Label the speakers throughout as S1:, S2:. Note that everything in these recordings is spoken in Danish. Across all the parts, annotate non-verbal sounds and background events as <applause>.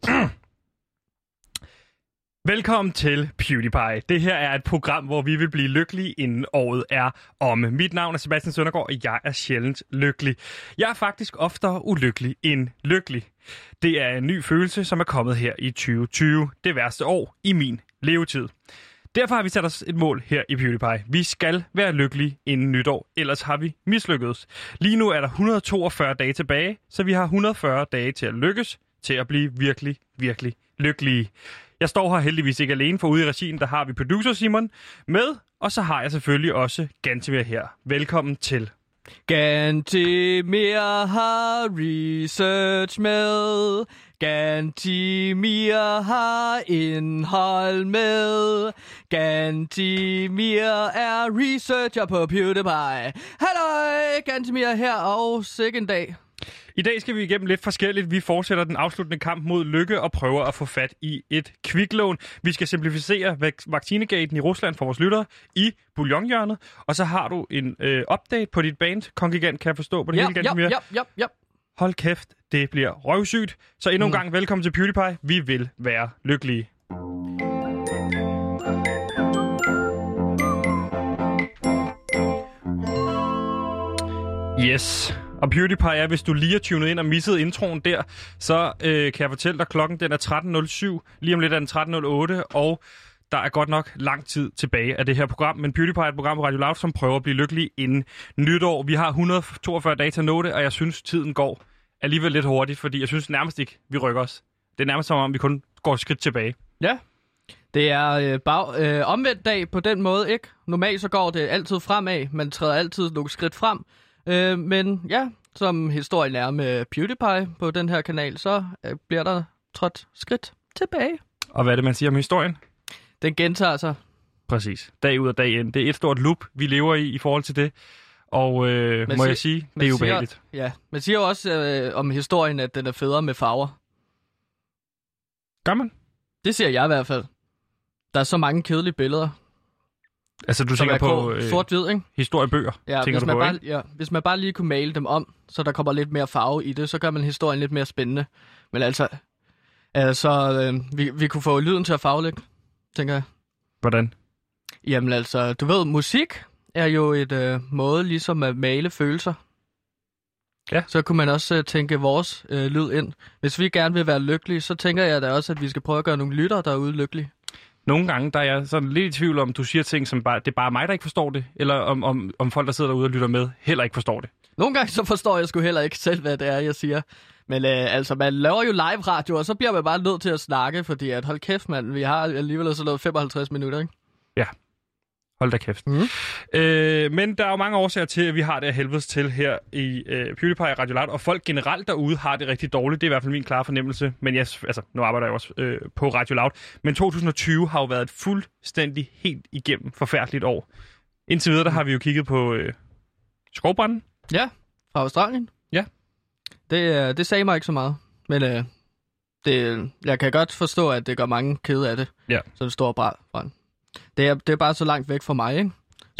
S1: <clears throat> Velkommen til PewDiePie. Det her er et program, hvor vi vil blive lykkelige, inden året er omme. Mit navn er Sebastian Søndergaard, og jeg er sjældent lykkelig. Jeg er faktisk oftere ulykkelig end lykkelig. Det er en ny følelse, som er kommet her i 2020. Det værste år i min levetid. Derfor har vi sat os et mål her i PewDiePie. Vi skal være lykkelige inden nytår, ellers har vi mislykkedes. Lige nu er der 142 dage tilbage, så vi har 140 dage til at lykkes, til at blive virkelig, virkelig lykkelige. Jeg står her heldigvis ikke alene, for ude i regien, der har vi producer Simon med, og så har jeg selvfølgelig også Gantemir her. Velkommen til.
S2: Gantimir har research med. Gantimir har indhold med. Gantimir er researcher på PewDiePie. Halløj, Gantimir her og sikke en dag.
S1: I dag skal vi igennem lidt forskelligt. Vi fortsætter den afsluttende kamp mod lykke og prøver at få fat i et kviklån. Vi skal simplificere vak- vaccinegaten i Rusland for vores lyttere i bouillonhjørnet. Og så har du en øh, update på dit band, Kongigant, kan jeg forstå på det hele,
S2: ja,
S1: Gantemir.
S2: ja, ja, ja.
S1: Hold kæft, det bliver røvsygt. Så endnu en gang velkommen til PewDiePie. Vi vil være lykkelige. Yes. Og PewDiePie er, hvis du lige er tunet ind og misset introen der, så øh, kan jeg fortælle dig, at klokken den er 13.07. Lige om lidt er den 13.08, og der er godt nok lang tid tilbage af det her program, men PewDiePie er et program på Radio Loud, som prøver at blive lykkelig inden nytår. Vi har 142 dage til at nå det, og jeg synes, tiden går alligevel lidt hurtigt, fordi jeg synes nærmest ikke, vi rykker os. Det er nærmest som om, vi kun går et skridt tilbage.
S2: Ja. Det er øh, bag, øh, omvendt dag på den måde, ikke? Normalt så går det altid fremad. Man træder altid nogle skridt frem. Øh, men ja, som historien er med PewDiePie på den her kanal, så øh, bliver der trådt skridt tilbage.
S1: Og hvad er det, man siger om historien?
S2: Den gentager sig.
S1: Præcis. Dag ud og dag ind. Det er et stort loop, vi lever i i forhold til det. Og øh, må
S2: siger-
S1: jeg sige, det er
S2: man siger-
S1: ubehageligt.
S2: Ja, man siger jo også øh, om historien, at den er federe med farver.
S1: Gør man?
S2: Det siger jeg i hvert fald. Der er så mange kedelige billeder,
S1: Altså, du
S2: som
S1: tænker
S2: er
S1: på
S2: grå,
S1: øh,
S2: sort-hvid, ikke?
S1: historiebøger,
S2: Ja,
S1: tænker
S2: hvis
S1: du
S2: man,
S1: på,
S2: bare,
S1: ikke?
S2: ja, hvis man bare lige kunne male dem om, så der kommer lidt mere farve i det, så gør man historien lidt mere spændende. Men altså, altså øh, vi, vi kunne få lyden til at farvelægge, tænker jeg.
S1: Hvordan?
S2: Jamen altså, du ved, musik er jo et øh, måde ligesom at male følelser.
S1: Ja.
S2: Så kunne man også øh, tænke vores øh, lyd ind. Hvis vi gerne vil være lykkelige, så tænker jeg da også, at vi skal prøve at gøre nogle lyttere derude lykkelige.
S1: Nogle gange der er jeg sådan lidt i tvivl om, du siger ting, som bare, det er bare mig, der ikke forstår det, eller om, om, om folk, der sidder derude og lytter med, heller ikke forstår det.
S2: Nogle gange så forstår jeg sgu heller ikke selv, hvad det er, jeg siger. Men øh, altså, man laver jo live radio, og så bliver man bare nødt til at snakke, fordi at, hold kæft mand, vi har alligevel så lavet 55 minutter, ikke?
S1: Hold da kæft. Mm.
S2: Mhm.
S1: Øh, men der er jo mange årsager til, at vi har det af helvedes til her i øh, PewDiePie og Radio Loud, og folk generelt derude har det rigtig dårligt. Det er i hvert fald min klare fornemmelse. Men jeg, s- altså, nu arbejder jeg jo også øh, på Radio Loud. Men 2020 har jo været et fuldstændig helt igennem forfærdeligt år. Indtil videre, der har vi jo kigget på øh, skovbranden.
S2: Ja, fra Australien.
S1: Ja.
S2: Det, øh, det sagde mig ikke så meget, men øh, det, jeg kan godt forstå, at det gør mange kede af det,
S1: Ja.
S2: som står brand. Det er, det er bare så langt væk fra mig, ikke?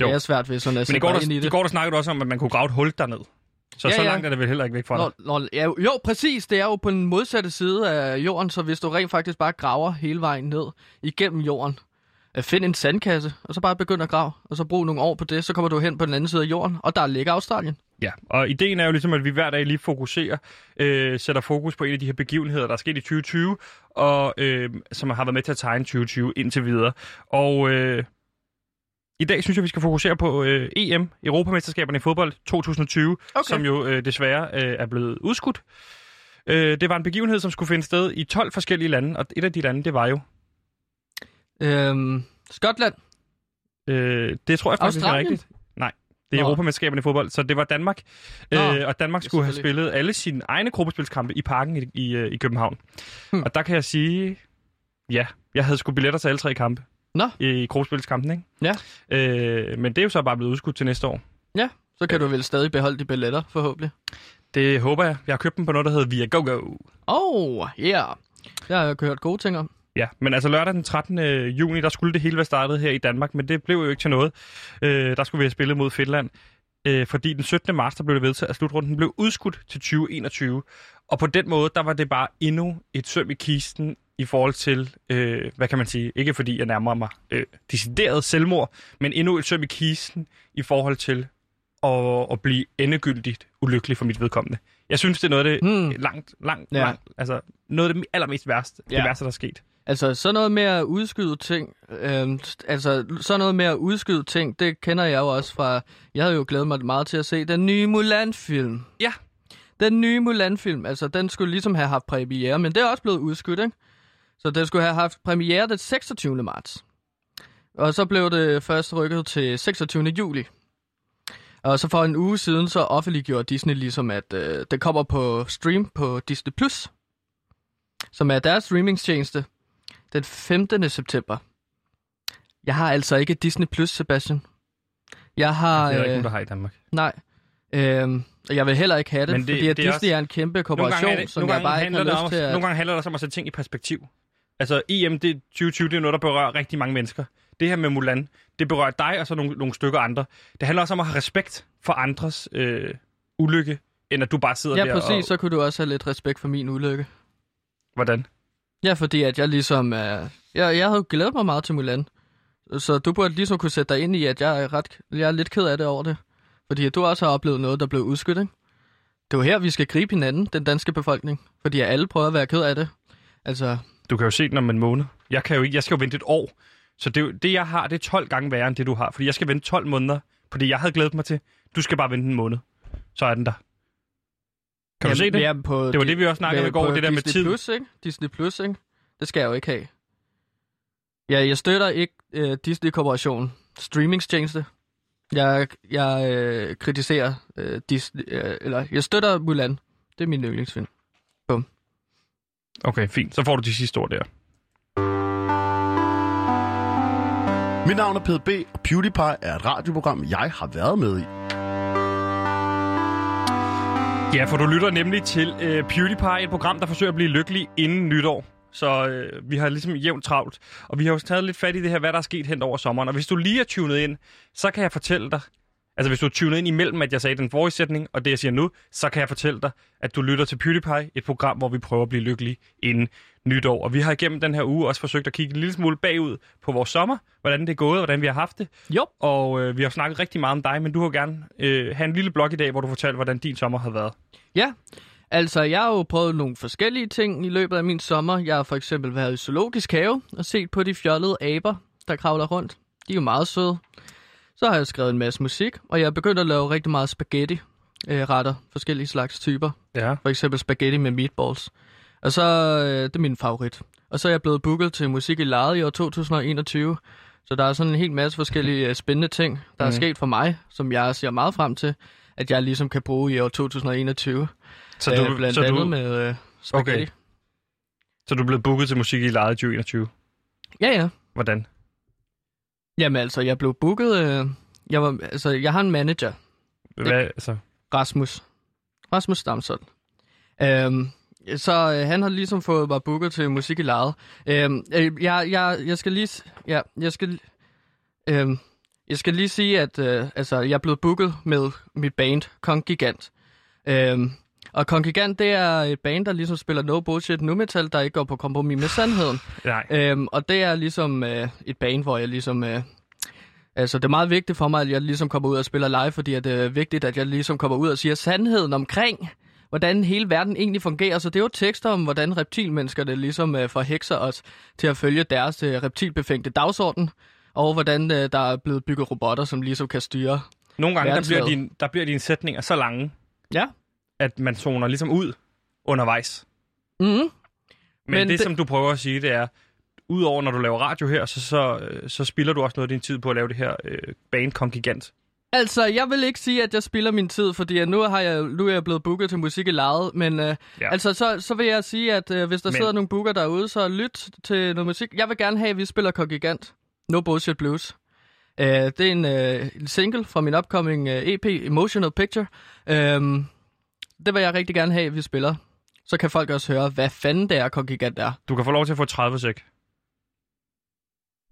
S1: Jo.
S2: Det er svært ved sådan at
S1: Men i
S2: sætte
S1: går,
S2: mig ind i
S1: der, i
S2: det.
S1: går der snakkede du også om, at man kunne grave et hul derned. Så
S2: Ja,
S1: så
S2: ja.
S1: langt er det vel heller ikke væk fra dig.
S2: Nå, nå, ja, jo, jo, præcis. Det er jo på den modsatte side af jorden, så hvis du rent faktisk bare graver hele vejen ned igennem jorden, øh, find en sandkasse, og så bare begynd at grave, og så brug nogle år på det, så kommer du hen på den anden side af jorden, og der ligger Australien.
S1: Ja, og ideen er jo ligesom, at vi hver dag lige fokuserer, øh, sætter fokus på en af de her begivenheder, der er sket i 2020, og øh, som har været med til at tegne 2020 indtil videre. Og øh, i dag synes jeg, vi skal fokusere på øh, EM, Europamesterskaberne i fodbold 2020, okay. som jo øh, desværre øh, er blevet udskudt. Øh, det var en begivenhed, som skulle finde sted i 12 forskellige lande, og et af de lande, det var jo...
S2: Øhm, Skotland.
S1: Øh, det tror jeg faktisk ikke er
S2: Australien?
S1: rigtigt. Nej, det er
S2: Nå.
S1: Europamesterskaberne i fodbold, så det var Danmark.
S2: Nå,
S1: Øh, og Danmark
S2: ja,
S1: skulle have
S2: selvfølgelig.
S1: spillet alle sine egne gruppespilskampe i parken i, i, øh, i København.
S2: Hmm.
S1: Og der kan jeg sige, ja, jeg havde sgu billetter til alle tre kampe.
S2: Nå.
S1: I gruppespilskampen, ikke?
S2: Ja.
S1: Øh, men det er jo så bare blevet udskudt til næste år.
S2: Så kan du vel stadig beholde de billetter, forhåbentlig.
S1: Det håber jeg. Jeg har købt dem på noget, der hedder Via GoGo.
S2: Oh, yeah. Det har jeg hørt gode ting om.
S1: Ja, men altså lørdag den 13. juni, der skulle det hele være startet her i Danmark, men det blev jo ikke til noget. Øh, der skulle vi have spillet mod Finland, øh, fordi den 17. marts, der blev det vedtaget, at slutrunden blev udskudt til 2021. Og på den måde, der var det bare endnu et søm i kisten i forhold til, øh, hvad kan man sige, ikke fordi jeg nærmer mig øh, decideret selvmord, men endnu et søm i kisten i forhold til at, at blive endegyldigt ulykkelig for mit vedkommende. Jeg synes, det er noget af det
S2: Hmm.
S1: hmm. langt, langt,
S2: Ja.
S1: ja. langt, altså noget af det allermest værste, ja.
S2: Ja.
S1: det værste, der er sket.
S2: Altså, sådan noget med at udskyde ting, øhm, altså, sådan noget med at udskyde ting, det kender jeg jo også fra, jeg havde jo glædet mig meget til at se den nye Mulan-film.
S1: Ja.
S2: Den nye Mulan-film, altså, den skulle ligesom have haft premiere, men det er også blevet udskudt, ikke? Så den skulle have haft premiere den 26. marts. Og så blev det først rykket til 26. juli. Og så for en uge siden, så offentliggjorde Disney ligesom, at øh, det kommer på stream på Disney+, Plus, som er deres streamingstjeneste den 15. september. Jeg har altså ikke Disney Plus, Sebastian. Jeg
S1: Det
S2: har...
S1: er der ikke
S2: Øh,
S1: nogen, der har i Danmark.
S2: nej. Øhm, og jeg vil heller ikke have det,
S1: Men
S2: det
S1: det-
S2: fordi at
S1: det er
S2: Disney også... er en kæmpe korporation,
S1: er det-
S2: som jeg bare ikke
S1: handler
S2: har
S1: det
S2: lyst
S1: om,
S2: til at...
S1: Nogle gange handler det om at sætte ting i perspektiv. Altså EM det 2020, det er noget, der berører rigtig mange mennesker. Det her med Mulan, det berører dig og så nogle, nogle stykker andre. Det handler også om at have respekt for andres øh, ulykke, end at du bare sidder
S2: Ja,
S1: der
S2: præcis,
S1: og...
S2: så kunne du også have lidt respekt for min ulykke.
S1: Hvordan?
S2: Ja, fordi at jeg ligesom... Øh, jeg, jeg havde glædet mig meget til Mulan. Så du burde ligesom kunne sætte dig ind i, at jeg er, ret, jeg er lidt ked af det over det. Fordi at du også har oplevet noget, der blev udskudt, ikke? Det er jo her, vi skal gribe hinanden, den danske befolkning. Fordi at alle prøver at være ked af det. Altså,
S1: Du kan jo se den om en måned. Jeg, kan jo ikke, jeg skal jo vente et år. Så det, er jo- det, jeg har, det er 12 gange værre end det, du har. Fordi jeg skal vente 12 måneder på det, jeg havde glædet mig til. Du skal bare vente en måned. Så er den der. Kan
S2: jamen,
S1: du se det?
S2: jamen, på
S1: Det var det, vi også snakkede om i
S2: med-
S1: går,
S2: på
S1: det der med
S2: Disney
S1: tid.
S2: Plus, ikke? Disney Plus, ikke? Det skal jeg jo ikke have. Ja, jeg støtter ikke øh, Disney Corporation streamingstjeneste. Jeg, jeg øh, kritiserer øh, Disney, øh, eller jeg støtter Mulan. Det er min yndlingsfilm.
S1: Okay, fint. Så får du de sidste ord der.
S3: Mit navn er PDB, og PewDiePie er et radioprogram, jeg har været med i.
S1: Ja, for du lytter nemlig til øh, PewDiePie, et program, der forsøger at blive lykkelig inden nytår. Så øh, vi har ligesom jævnt travlt, og vi har jo taget lidt fat i det her, hvad der er sket hen over sommeren. Og hvis du lige er tunet ind, så kan jeg fortælle dig, altså hvis du er tunet ind imellem, at jeg sagde den forrige sætning, og det jeg siger nu, så kan jeg fortælle dig, at du lytter til PewDiePie, et program, hvor vi prøver at blive lykkelige inden nytår. Og vi har igennem den her uge også forsøgt at kigge en lille smule bagud på vores sommer, hvordan det er gået, og hvordan vi har haft det.
S2: Jo.
S1: Og øh, vi har snakket rigtig meget om dig, men du har gerne øh, have en lille blog i dag, hvor du fortæller, hvordan din sommer har været.
S2: Ja, altså jeg har jo prøvet nogle forskellige ting i løbet af min sommer. Jeg har for eksempel været i zoologisk have og set på de fjollede aber, der kravler rundt. De er jo meget søde. Så har jeg skrevet en masse musik, og jeg er begyndt at lave rigtig meget spaghetti øh, retter, forskellige slags typer.
S1: Ja.
S2: For eksempel spaghetti med meatballs. Og så, øh, det er min favorit. Og så er jeg blevet booket til musik i lejet i år 2021. Så der er sådan en hel masse forskellige øh, spændende ting, der er
S1: Mhm.
S2: sket for mig, som jeg ser meget frem til, at jeg ligesom kan bruge i år 2021.
S1: Så du,
S2: øh, blandt
S1: så,
S2: andet
S1: du,
S2: med øh, spaghetti. Okay.
S1: så du blev booket til musik i lejet 2021.
S2: Ja, ja.
S1: Hvordan?
S2: Jamen altså, jeg blev booket... Øh, jeg, var, altså, jeg har en manager,
S1: Hvad, altså,
S2: Rasmus. Rasmus Stamsund. Øhm, så øh, han har ligesom fået mig booket til musik i lejet. Øhm, øh, jeg, jeg, jeg skal lige... s- Ja, jeg skal... Øhm, jeg skal lige sige, at øh, altså, jeg er blevet booket med mit band, Kong Gigant. Øhm, og Kong Gigant, det er et band, der ligesom spiller no bullshit nu metal, der ikke går på kompromis med sandheden.
S1: nej.
S2: Øhm, og det er ligesom øh, et band, hvor jeg ligesom... Øh, altså, det er meget vigtigt for mig, at jeg ligesom kommer ud og spiller live, fordi at, det er vigtigt, at jeg ligesom kommer ud og siger sandheden omkring, hvordan hele verden egentlig fungerer. Så det er jo tekster om, hvordan reptilmenneskerne ligesom øh, forhekser os til at følge deres øh, reptilbefængte dagsorden, og hvordan øh, der er blevet bygget robotter, som ligesom kan styre.
S1: Nogle gange, der bliver,
S2: verdensfred.
S1: din, der bliver dine sætninger så lange,
S2: Ja.
S1: at man zoner ligesom ud undervejs.
S2: Mm-hmm.
S1: Men,
S2: Men
S1: Men det,
S2: det-
S1: det, som du prøver at sige, det er, udover når du laver radio her, så, så, øh, så spilder du også noget af din tid på at lave det her øh, band Kong Gigant.
S2: Altså, jeg vil ikke sige, at jeg spilder min tid, fordi at nu, har jeg, nu er jeg blevet booket til musik i lejet, men øh,
S1: Ja.
S2: Altså, så, så vil jeg sige, at øh, hvis der Men...
S1: Men-
S2: sidder nogle booker derude, så lyt til noget musik. Jeg vil gerne have, at vi spiller Kong Gigant. No Bullshit Blues. Øh, det er en, øh, en single fra min upcoming øh, EP, Emotional Picture. Øh, det vil jeg rigtig gerne have, at vi spiller. Så kan folk også høre, hvad fanden det er, Kong Gigant er.
S1: Du kan få lov til at få 30 sek.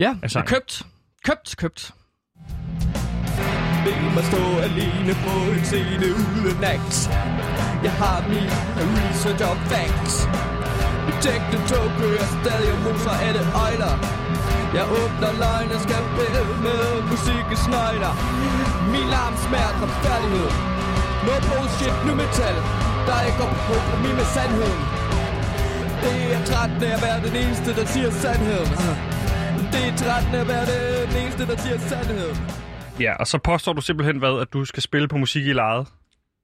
S2: Ja,
S1: Altså-
S2: købt. Købt, købt.
S4: Ved mig stå alene på en scene uden acts Jeg har min research of facts Betægte tog kører stadig og moser alle øjler Jeg åbner løgn og skal pille med musikkens nøgler Min larm smager af retfærdighed No bullshit, nu metal Der er ikke går på kompromis med sandheden Det er træt af at være den eneste, der siger sandheden Det er træt af at være den eneste, der siger sandheden
S1: Ja, og så påstår du simpelthen hvad, at du skal spille på musik i lejet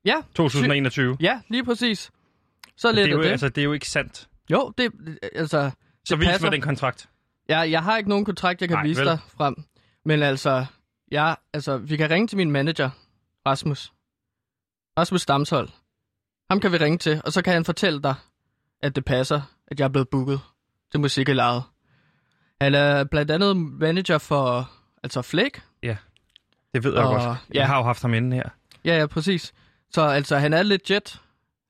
S2: Ja,
S1: 2021.
S2: ja lige præcis. Så
S1: Det
S2: lidt
S1: er, jo,
S2: af det.
S1: altså, det er jo ikke sandt.
S2: Jo, det, altså,
S1: Så
S2: Det
S1: vis
S2: passer.
S1: mig den kontrakt.
S2: jeg, jeg har ikke nogen kontrakt, jeg kan
S1: Nej,
S2: vise
S1: vel.
S2: dig frem. Men altså, jeg, altså, vi kan ringe til min manager, Rasmus. Rasmus Stamshold. Ham kan vi ringe til, og så kan han fortælle dig, at det passer, at jeg er blevet booket til musik i lejet. Han er blandt andet manager for, altså Flæk.
S1: Det ved jeg
S2: Og-
S1: godt. Jeg
S2: ja.
S1: har jo haft ham inde her.
S2: Ja, ja, præcis. Så altså, han er legit.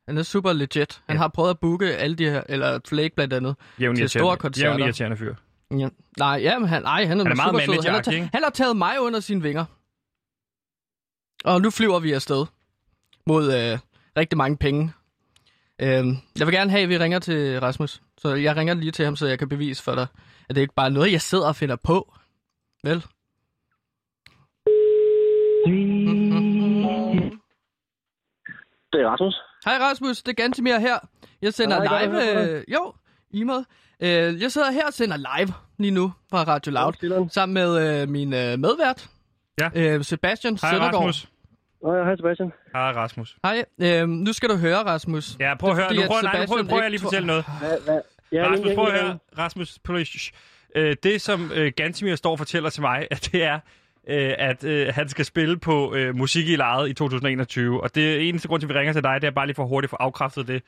S2: Han er super legit. Han
S1: Ja.
S2: har prøvet at booke alle de her, eller Flake blandt andet.
S1: Jævn
S2: Til
S1: irriterende-
S2: store koncerter.
S1: Jævn irriterende fyr.
S2: Ja. Nej, ja, men han, nej, han er,
S1: er
S2: super
S1: meget
S2: sød. Han har,
S1: manageragtig,
S2: taget,
S1: ikke?
S2: han har taget mig under sine vinger. Og nu flyver vi afsted mod øh, rigtig mange penge. Øhm, jeg vil gerne have, at vi ringer til Rasmus. Så jeg ringer lige til ham, så jeg kan bevise for dig, at det ikke bare er noget, jeg sidder og finder på. Vel?
S5: Det er Rasmus.
S2: Hej Rasmus, det er Gantimir her. Jeg sender
S5: Hej, godt at
S2: live...
S5: høre fra
S2: Øh, jo, i måde. Øh, jeg sidder her og sender live lige nu fra Radio Loud.
S5: Stilleren.
S2: Sammen med øh, min øh, medvært,
S1: Ja.
S2: øh, Sebastian
S1: Hej
S2: Søndergaard.
S1: Rasmus.
S5: Nå, ja, hej Sebastian.
S1: Hej Rasmus.
S2: Hej, øh, nu skal du høre, Rasmus.
S1: Ja, prøv at
S2: Det er
S1: høre.
S2: fordi,
S1: Nu
S2: at
S1: prøver, nej, nu prøver,
S2: Sebastian
S1: prøver jeg lige
S2: ikke
S1: at fortælle noget.
S5: Hvad, hvad? Ja,
S1: Rasmus,
S5: en-
S1: prøv
S5: en-
S1: at høre. Rasmus, prøv lige- shh. Øh, Det, som øh, Gantemir står og fortæller til mig, <laughs> at det er, øh, at øh, han skal spille på øh, musik i lejet i 2021. Og det eneste grund til, at vi ringer til dig, det er bare lige for hurtigt for afkræftet det.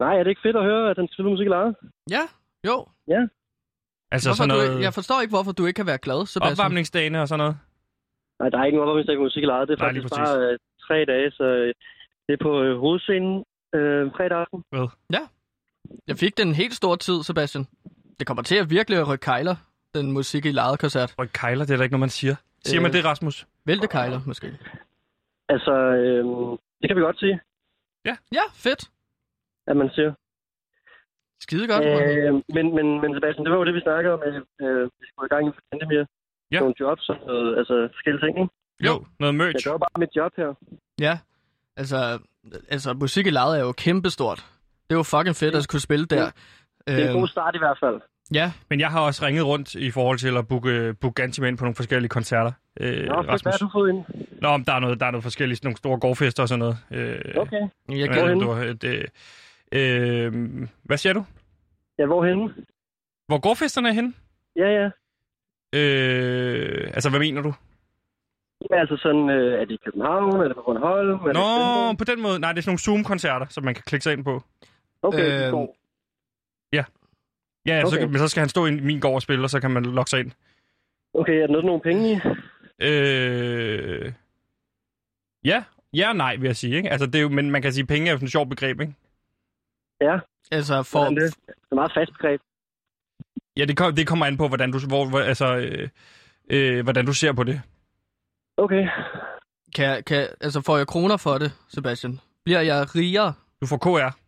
S5: Nej, er det ikke fedt at høre, at han spiller musik i lejet?
S2: Ja, jo.
S1: Altså
S2: Hvorfor
S1: sådan
S2: du, ikke-
S1: noget
S2: jeg forstår ikke, hvorfor du ikke kan være glad, Sebastian.
S1: opvarmningsdagene og sådan noget.
S5: Nej, der er ikke nogen opvarmningsdag på musik i lejet. Det er
S1: Nej, lige
S5: faktisk
S1: præcis.
S5: bare øh, tre dage, så øh, det er på øh, hovedscenen øh, fredag aften.
S2: Jeg fik den en helt stor tid, Sebastian. Det kommer til at virkelig at rykke kejler, den musik i lejet koncert.
S1: Ryk kejler, det er da ikke noget, man siger. Siger
S2: Øh.
S1: man det, Rasmus?
S2: Vælte kejler, måske.
S5: Altså, øh, det kan vi godt sige,
S2: Ja, fedt.
S5: at man siger.
S2: Skide godt. Øh...
S5: Øh, men, men, men Sebastian, det var jo det, vi snakkede om. at, Øh, vi skulle i gang i pandemier.
S1: Ja.
S5: Nogle jobs og noget, altså forskellige ting. Ikke?
S2: Jo.
S1: Jo, noget
S5: Jeg
S1: merch.
S5: gør jo bare mit job her.
S2: Ja, altså, altså musik i lejet er jo kæmpestort. Det var fucking fedt at skulle spille der.
S5: Mm. Det er en
S1: Øh,
S2: Øhm,
S5: god start i hvert fald.
S2: ja,
S1: Men jeg har også ringet rundt i forhold til at booke, booke Gantemir ind på nogle forskellige koncerter. Øh,
S5: Nå, fedt, hvad
S1: Rasmus.
S5: har du fået ind?
S1: Nå, men der er noget, der er noget forskelligt, sådan nogle store gårdfester og sådan noget. Øh,
S5: Okay.
S2: jeg
S1: Jeg
S2: kan...
S1: kan
S5: Hvorhenne?
S1: du, har- det, øh, hvad siger du?
S5: Ja, hvorhenne?
S1: Hvor gårdfesterne er henne?
S5: Ja, ja.
S1: Øh, altså, hvad mener du?
S5: Jamen, altså sådan, øh, er det i København, er det på Bornholm? Er det i
S1: Nå,
S5: Svendborg?
S1: på den måde. Nej, det er sådan nogle Zoom-koncerter, som man kan klikke sig ind på.
S5: Okay,
S2: Øhm,
S5: øh...
S1: Ja, okay. så,
S5: Okay.
S1: men så skal han stå i min gård og spille, og så kan man logge sig ind.
S5: okay, er der noget nogle penge i?
S1: Øh, ja, ja og nej, vil jeg sige. Ikke? Altså, det er jo, men man kan sige, at penge er jo sådan et sjovt begreb, ikke?
S2: Altså, for...
S5: Hvordan det? Det er meget fast begreb.
S1: Ja, det, kom, det kommer an på, hvordan du, hvor, hvor, altså, øh, øh, hvordan du ser på det.
S5: Okay.
S2: Kan, kan, altså, får jeg kroner for det, Sebastian? Bliver jeg rigere?
S1: Du får KR.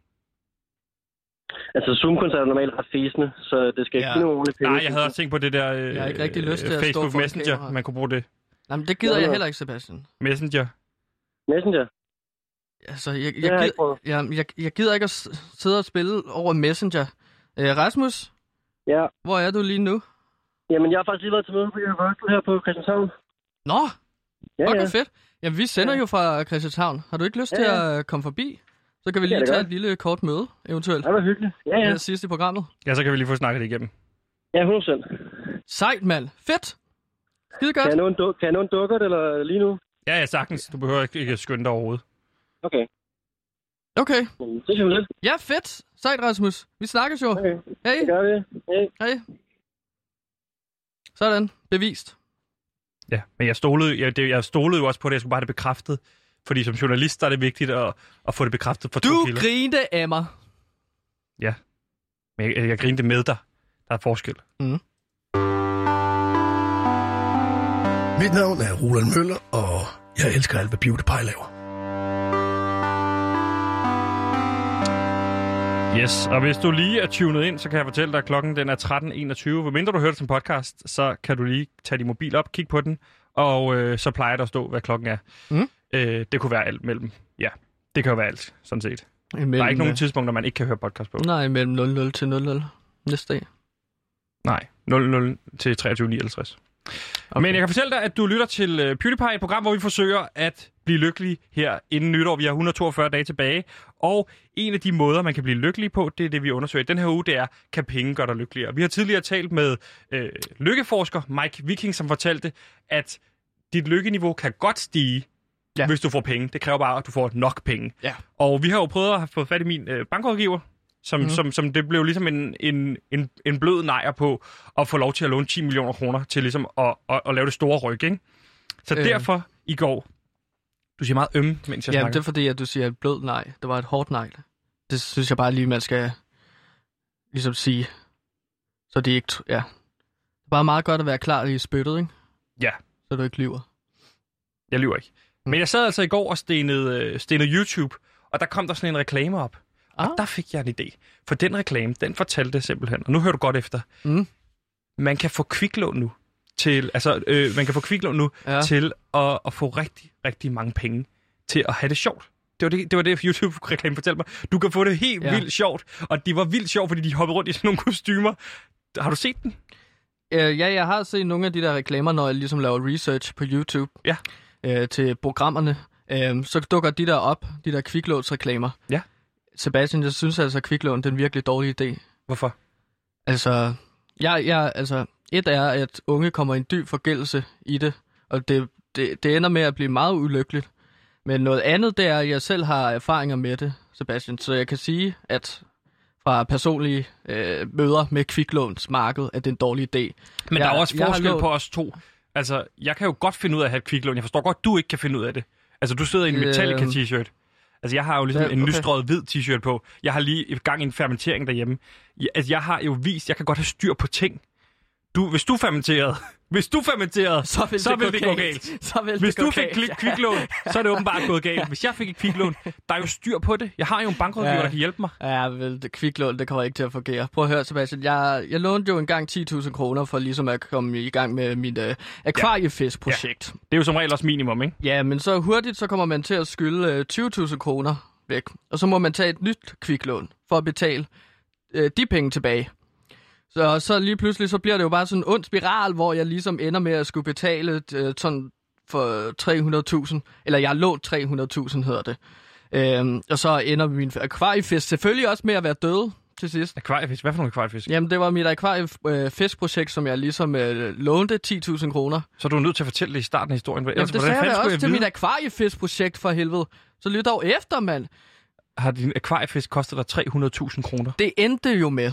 S5: Altså, Zoom-koncerter er normalt ret fæsende, så det skal ikke
S2: Ja.
S5: ja. give nogen ordentlige penge.
S1: Nej, jeg havde også tænkt på det der øh,
S2: Jeg har ikke rigtig lyst til at stå
S1: Facebook
S2: foran
S1: Messenger.
S2: kameraet.
S1: Man kunne bruge det.
S2: Nej, men det gider
S5: Nå,
S2: jeg
S5: nå.
S2: heller ikke, Sebastian.
S1: Messenger.
S5: Messenger?
S2: Altså, jeg, jeg,
S5: Det har jeg
S2: gider,
S5: ikke prøvet.
S2: jeg, jeg, jeg gider ikke at s- sidde og spille over Messenger. Øh, Rasmus,
S5: Ja.
S2: hvor er du lige nu? Jamen,
S5: Jamen, jeg har faktisk lige været til møde på Universal her på Christianshavn.
S2: Nå,
S5: Ja,
S2: fucking
S5: ja.
S2: fedt. Jamen, vi sender
S5: Ja.
S2: jo fra Christianshavn. Har du ikke lyst
S5: Ja,
S2: til at øh, komme forbi? Så kan vi
S5: Ja,
S2: lige
S5: det
S2: tage
S5: gør
S2: et lille kort møde, eventuelt.
S5: Det var hyggeligt. Ja, ja.
S2: Ja. Sidst i programmet.
S1: Ja, så kan vi lige få snakket det igennem.
S5: Ja, 100%.
S2: Sejt, mand. Fedt. Skide
S5: Kan
S2: godt.
S5: jeg nå en, du- kan jeg nå en dukkert, eller lige nu?
S1: Ja, ja, sagtens. Du behøver ikke, ikke at skynde dig overhovedet.
S5: Okay.
S2: Okay.
S5: Jamen, Det kan vi lidt.
S2: Ja, fedt. Sejt, Rasmus. Vi snakkes jo.
S5: Okay,
S2: Hej.
S5: det gør vi. Hey.
S2: Hej. Sådan. Bevist.
S1: Ja, men jeg stolede, jeg, det, jeg stolede jo også på det. Jeg skulle bare have det bekræftet. Fordi som journalist der er det vigtigt at, at få det bekræftet fra to
S2: Du
S1: kilder.
S2: grinte af mig.
S1: Men jeg, jeg grinte med dig. Der er forskel.
S6: Mit navn er Roland Møller, og jeg elsker alt, hvad PewDiePie laver.
S1: Yes, og hvis du lige er tunet ind, så kan jeg fortælle dig, at klokken den er 13.21. Hvor mindre du hører det som podcast, så kan du lige tage din mobil op, kigge på den, og øh, så plejer der at stå, hvad klokken er.
S2: Mm.
S1: Øh, det kunne være alt mellem. Ja, det kan jo være alt, sådan set.
S2: Imellem,
S1: Der er ikke nogen tidspunkter, man ikke kan høre podcast på.
S2: øh, Nej, mellem 00 til 00 næste dag.
S1: Nej, 00 til 23.59. Okay. Men jeg kan fortælle dig, at du lytter til øh, PewDiePie, et program, hvor vi forsøger at blive lykkelige her inden nytår. Vi har 142 dage tilbage, og en af de måder, man kan blive lykkelig på, det er det, vi undersøger i den her uge, det er, kan penge gøre dig lykkeligere? Vi har tidligere talt med øh, lykkeforsker Mike Viking, som fortalte, at dit lykkeniveau kan godt stige, ja.
S2: Ja.
S1: hvis du får penge. Det kræver bare, at du får nok penge.
S2: Ja.
S1: Og vi har jo prøvet at have fået fat i min øh, bankrådgiver, som, mm.
S2: Mhm.
S1: som, som det blev ligesom en, en, en, en blød nejer på at få lov til at låne 10 millioner kroner til ligesom at, at, at lave det store ryg, ikke? Så øh.
S2: Øh.
S1: derfor i går, du siger meget ømme, mens jeg
S2: Ja, det
S1: snakker.
S2: er fordi, at du siger et blød nej. Det var et hårdt nej. Det synes jeg bare lige, man skal ligesom sige. Så det er ikke... t- Ja. Det er bare meget godt at være klar i spyttet, ikke?
S1: Ja.
S2: Så du ikke lyver.
S1: Jeg lyver ikke. Men jeg sad altså i går og stenede, øh, stenede YouTube, og der kom der sådan en reklame op. Ah. Og
S2: Ah.
S1: der fik jeg en idé. For den reklame, den fortalte simpelthen, og nu hører du godt efter,
S2: Mm.
S1: man kan få kviklån nu til, altså, øh, man kan få kviklån nu ja.
S2: Ja.
S1: til at, at få rigtig, rigtig mange penge til at have det sjovt. Det var det, det, var det YouTube-reklamen fortalte mig. Du kan få det helt ja.
S2: Ja.
S1: vildt sjovt, og det var vildt sjovt, fordi de hoppede rundt i sådan nogle kostymer. Har du set den?
S2: Øh, ja, jeg har set nogle af de der reklamer, når jeg ligesom laver research på YouTube.
S1: Ja.
S2: Øh, til programmerne. Øh, så dukker de der op, de der kviklånsreklamer.
S1: Ja.
S2: Sebastian, jeg synes altså, at kviklån det er en virkelig dårlig idé.
S1: Hvorfor?
S2: Altså, jeg, jeg, altså, et er, at unge kommer i en dyb forgældelse i det, og det, det, det ender med at blive meget ulykkeligt. Men noget andet, det er, at jeg selv har erfaringer med det, Sebastian, så jeg kan sige, at fra personlige øh, møder med kviklånsmarkedet, at det er en dårlig idé.
S1: Men ja,
S2: Jeg-
S1: der er også
S2: jeg har
S1: forskel
S2: lånt-
S1: på os to. Altså, jeg kan jo godt finde ud af at have et kviklån. Jeg forstår godt, du ikke kan finde ud af det. Altså, du sidder i en
S2: Øhm.
S1: Metallica t-shirt. Altså, jeg har jo ligesom
S2: Ja,
S1: en
S2: okay.
S1: nystrøget hvid t-shirt på. Jeg har lige i gang i en fermentering derhjemme. Jeg, altså, jeg har jo vist, jeg kan godt have styr på ting. Du, hvis du fermenterede, <laughs> hvis du fermenterede,
S2: Så vil,
S1: så
S2: det,
S1: vil
S2: gå
S1: det gå galt.
S2: Så vil
S1: Hvis
S2: det gå
S1: du fik
S2: galt.
S1: klik- kviklån, så er det åbenbart gået galt. Hvis jeg fik et kviklån, der er jo styr på det. Jeg har jo en bankrådgiver,
S2: Ja.
S1: der kan hjælpe mig.
S2: Ja, vel, det kviklån, det kommer ikke til at fungere. Prøv at høre, Sebastian. Jeg, jeg lånte jo engang 10.000 kroner for ligesom at komme i gang med mit øh, akvariefisk-projekt.
S1: Det er jo som regel også minimum, ikke?
S2: Ja, men så hurtigt, så kommer man til at skylde øh, 20.000 kroner væk. Og så må man tage et nyt kviklån for at betale øh, de penge tilbage. Så, så lige pludselig, så bliver det jo bare sådan en ond spiral, hvor jeg ligesom ender med at skulle betale øh, sådan for 300.000. Eller jeg lå 300.000, hedder det. Øhm, og så ender min akvariefisk selvfølgelig også med at være død til sidst.
S1: Akvariefisk. Hvad for nogle akvariefisk? Ja.
S2: Jamen, det var mit akvariefiskprojekt, som jeg ligesom øh, lånte 10.000 kroner.
S1: Så er du nødt til at fortælle det i starten af historien. Jamen,
S2: Jamen, det sagde jeg da også til mit akvariefiskprojekt for helvede. Så lyt dog efter, mand.
S1: har din akvariefisk kostet dig 300.000 kroner.
S2: Det endte jo med.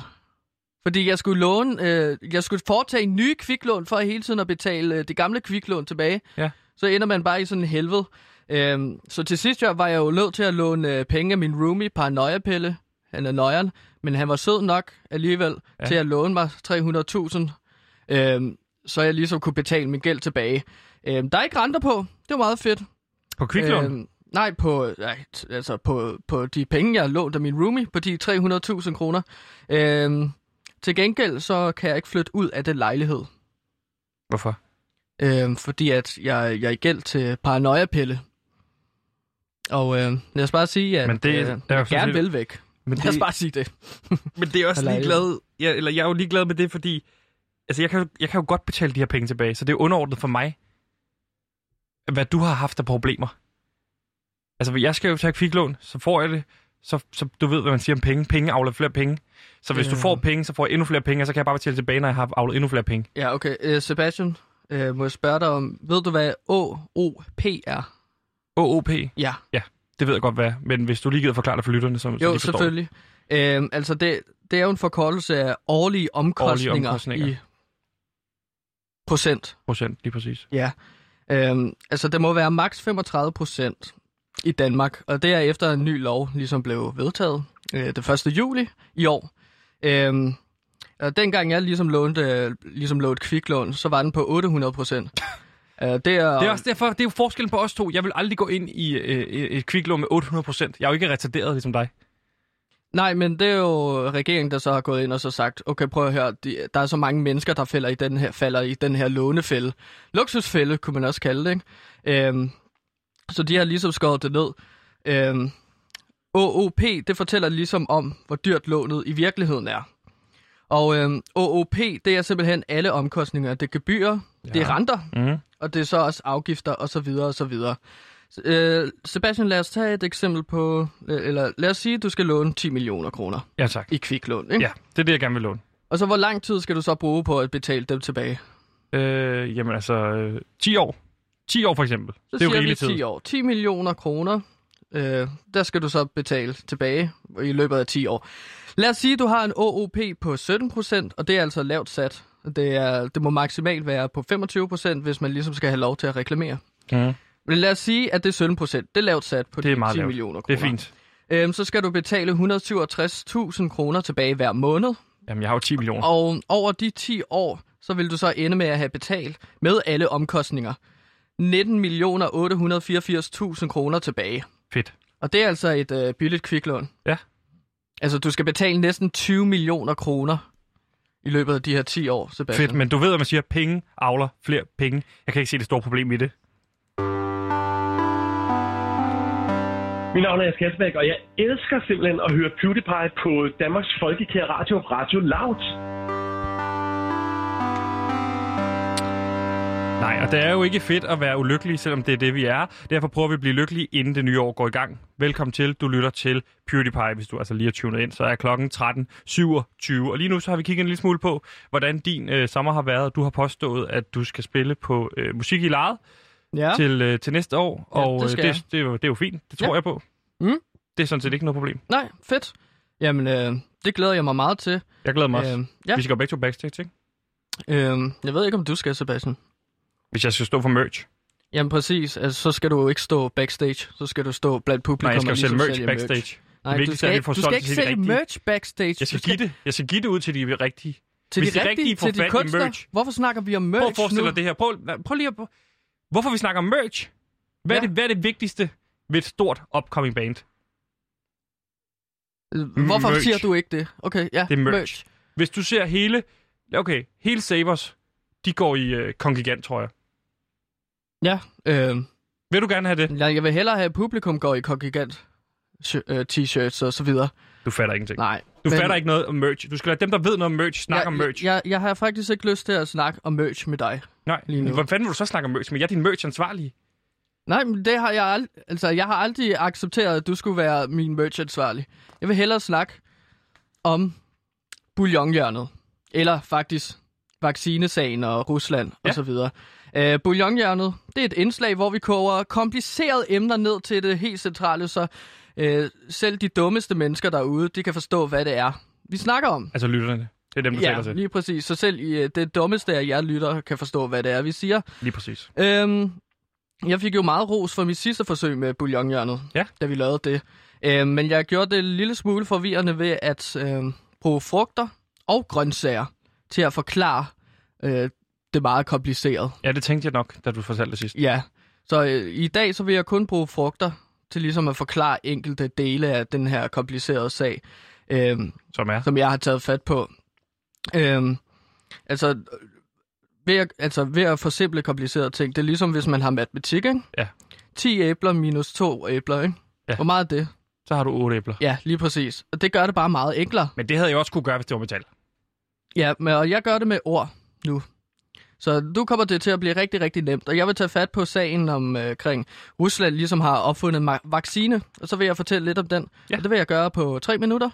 S2: Fordi jeg skulle låne, øh, jeg skulle foretage nye kviklån for hele tiden at betale øh, det gamle kviklån tilbage.
S1: Ja.
S2: Så ender man bare i sådan en helvede. Øhm, så til sidst jeg var jeg jo nødt til at låne øh, penge af min roomie, Paranoia-pille. Han er nøjeren, men han var sød nok alligevel
S1: Ja.
S2: ja. til at låne mig 300.000. Øhm, så jeg ligesom kunne betale min gæld tilbage. Øhm, der er ikke renter på. Det var meget fedt.
S1: På kviklån? Øhm,
S2: Øhm, nej, på, nej, t- altså på, på de penge, jeg lånte af min roomie, på de 300.000 kroner. Øhm, til gengæld så kan jeg ikke flytte ud af den lejlighed,
S1: Hvorfor?
S2: øhm, fordi at jeg, jeg er i gæld til paranoia-pille. Og øh, lad os bare sige, at
S1: Men det er-
S2: øh,
S1: der er jo
S2: jeg
S1: sådan
S2: gerne
S1: set-
S2: vil væk.
S1: Men
S2: Lad os bare sige det.
S1: men det er også
S2: Eller-
S1: ligeglad. Jeg, eller jeg er jo ligeglad med det, fordi altså, jeg, kan, jo- jeg kan jo godt betale de her penge tilbage, så det er underordnet for mig, hvad du har haft af problemer. Altså, jeg skal jo tage kviklån, så får jeg det, så, så du ved, hvad man siger om penge. Penge avler flere penge. Så hvis du
S2: Ja.
S1: får penge, så får jeg endnu flere penge, og så kan jeg bare betale tilbage, når jeg har avlet endnu flere penge.
S2: Ja, okay. Øh, Sebastian, øh, må jeg spørge dig om, ved du hvad OOP er?
S1: OOP,
S2: Ja.
S1: det ved jeg godt hvad, er, men hvis du lige gider forklare det for lytterne, så, så de
S2: Jo,
S1: forstår
S2: selvfølgelig. Øhm, altså, det, det er jo en forkortelse af årlige omkostninger,
S1: Årlige omkostninger.
S2: i procent.
S1: det. Procent, lige præcis.
S2: Ja. Øhm, altså, det må være maks 35 procent i Danmark, og det er efter en ny lov ligesom blev vedtaget øh, den 1. juli i år. Øhm, og dengang jeg ligesom lånte, øh, ligesom lånte kviklån, så var den på 800
S1: <laughs>
S2: procent. øh, det er,
S1: Det er også derfor, det er jo forskellen på os to. Jeg vil aldrig gå ind i øh, et kviklån med 800 procent. Jeg er jo ikke retarderet ligesom dig.
S2: Nej, men det er jo regeringen, der så har gået ind og så sagt, okay, prøv at høre, de, der er så mange mennesker, der falder i den her, falder i den her lånefælde. Luksusfælde, kunne man også kalde det, ikke? Øhm, så de har ligesom skåret det ned. Øhm, OOP, det fortæller ligesom om, hvor dyrt lånet i virkeligheden er. Og øhm, OOP, det er simpelthen alle omkostninger. Det er gebyrer, ja. det er renter,
S1: Mhm.
S2: og det er så også afgifter osv. Så videre, og så videre. S- Øh, Sebastian, lad os tage et eksempel på, øh, eller lad os sige, at du skal låne 10 millioner kroner
S1: Ja, tak.
S2: i kviklån, ikke?
S1: Ja, det er det, jeg gerne vil låne.
S2: Og så hvor lang tid skal du så bruge på at betale dem tilbage?
S1: Øh, jamen altså, øh, 10 år. 10 år for eksempel.
S2: Så
S1: det er jo
S2: siger vi
S1: rigelig
S2: 10
S1: tid.
S2: år. 10 millioner kroner, øh, der skal du så betale tilbage i løbet af 10 år. Lad os sige, at du har en OOP på 17%, og det er altså lavt sat. Det, er, det må maksimalt være på 25%, hvis man ligesom skal have lov til at reklamere.
S1: Mhm.
S2: Men lad os sige, at det er 17%. Det er lavt sat på
S1: Det er
S2: de
S1: meget
S2: 10
S1: lavt.
S2: millioner
S1: Det
S2: kroner.
S1: er fint.
S2: Øhm, så skal du betale 167.000 kroner tilbage hver måned.
S1: Jamen, jeg har jo 10 millioner.
S2: Og over de 10 år, så vil du så ende med at have betalt med alle omkostninger 19.884.000 kroner tilbage.
S1: Fedt.
S2: Og det er altså et øh, billigt kviklån.
S1: Ja.
S2: Altså, du skal betale næsten 20 millioner kroner i løbet af de her 10 år, Sebastian.
S1: Fedt, men du ved, at man siger, at penge avler flere penge. Jeg kan ikke se det store problem i det.
S7: Mit navn er Jes Kasbæk, og jeg elsker simpelthen at høre PewDiePie på Danmarks Folkekære Radio, Radio Loud.
S1: Nej, og det er jo ikke fedt at være ulykkelig, selvom det er det, vi er. Derfor prøver vi at blive lykkelige, inden det nye år går i gang. Velkommen til. Du lytter til PewDiePie, hvis du altså lige har tunet ind. Så er klokken 13.27. Og lige nu så har vi kigget en lille smule på, hvordan din øh, sommer har været. Du har påstået, at du skal spille på øh, musik i lejet
S2: ja.
S1: ja. til, øh, til næste år.
S2: Ja,
S1: og
S2: det
S1: øh,
S2: skal
S1: det,
S2: jeg.
S1: det, det, er jo- det er jo fint. Det tror
S2: Ja.
S1: jeg på.
S2: Mm.
S1: Det er sådan set ikke noget problem.
S2: Nej, fedt. Jamen, øh, det glæder jeg mig meget til.
S1: Jeg glæder mig også.
S2: Øhm, ja.
S1: Vi skal jo begge to backstage, ikke?
S2: Øhm, jeg ved ikke, om du skal, Sebastian.
S1: Hvis jeg skal stå for merch.
S2: Jamen præcis, altså, så skal du jo ikke stå backstage, så skal du stå blandt publikum.
S1: Nej, jeg skal jo
S2: og
S1: sælge
S2: ligesom
S1: merch backstage.
S2: Nej,
S1: Det
S2: du
S1: vigtigste er,
S2: skal,
S1: at vi
S2: ikke,
S1: får
S2: du skal
S1: solgt
S2: ikke
S1: til de
S2: sælge
S1: rigtige.
S2: merch backstage.
S1: Jeg skal,
S2: du skal
S1: give det. Jeg skal give det ud til de rigtige.
S2: til
S1: Hvis
S2: de
S1: de rigtige
S2: rigtige,
S1: får
S2: til de
S1: fat i
S2: kunstnere.
S1: merch.
S2: Hvorfor snakker vi om merch
S1: Prøv at forestille
S2: nu?
S1: dig det her. Prøv, nej, prøv lige at... Hvorfor vi snakker om merch? Hvad, ja. er
S2: Ja.
S1: det, hvad er det vigtigste ved et stort upcoming band?
S2: Øh, Hvorfor
S1: Merch.
S2: siger du ikke det? Okay, ja.
S1: Det er merch. Hvis du ser hele... Okay, hele Sabers, de går i øh, kongigant, tror jeg.
S2: Ja, øh,
S1: Vil du gerne have det?
S2: jeg vil hellere have at publikum går i kongigant øh, t-shirts og så videre.
S1: Du fatter ingenting.
S2: Nej.
S1: du fatter ikke noget om merch. Du skal lade dem, der ved noget om merch, snakke
S2: jeg,
S1: om merch.
S2: Jeg, jeg, jeg har faktisk ikke lyst til at snakke om merch med dig.
S1: Nej,
S2: lige nu.
S1: hvor fanden vil du så snakke om merch? Men jeg er din merch-ansvarlig.
S2: Nej, men det har jeg aldrig... Altså, jeg har aldrig accepteret, at du skulle være min merch-ansvarlig. Jeg vil hellere snakke om bouillonhjørnet. Eller faktisk vaccinesagen og Rusland
S1: Ja.
S2: ja. osv. Øh, bouillonhjørnet, det er et indslag, hvor vi koger komplicerede emner ned til det helt centrale, så øh, selv de dummeste mennesker derude, de kan forstå, hvad det er, vi snakker om.
S1: Altså lytterne. Det er dem, du taler
S2: Ja,
S1: til.
S2: lige præcis. Så selv i, øh, det dummeste af jer lytter kan forstå, hvad det er, vi siger.
S1: Lige præcis.
S2: Øhm, jeg fik jo meget ros for mit sidste forsøg med bouillonhjørnet,
S1: Ja.
S2: da vi lavede det. Øhm, men jeg gjorde det en lille smule forvirrende ved at øhm, bruge frugter og grøntsager til at forklare øh, det meget kompliceret.
S1: Ja, det tænkte jeg nok, da du fortalte det sidst.
S2: Ja, så øh, i dag så vil jeg kun bruge frugter til ligesom at forklare enkelte dele af den her komplicerede sag. Øhm,
S1: Som er.
S2: som jeg har taget fat på. Øhm, altså, øh, ved at, altså, ved at forsimple komplicerede ting, det er ligesom hvis man har matematik, ikke?
S1: Ja.
S2: 10 æbler minus 2 æbler, ikke?
S1: Ja.
S2: Hvor meget er det?
S1: Så har du otte æbler.
S2: Ja, lige præcis. Og det gør det bare meget enklere.
S1: Men det havde jeg også kunne gøre, hvis det var metal.
S2: Ja, men, og jeg gør det med ord nu. Så nu kommer det til at blive rigtig, rigtig nemt. Og jeg vil tage fat på sagen omkring øh, kring Rusland ligesom har opfundet ma- vaccine. Og så vil jeg fortælle lidt om den.
S1: Ja.
S2: Og det vil jeg gøre på tre minutter.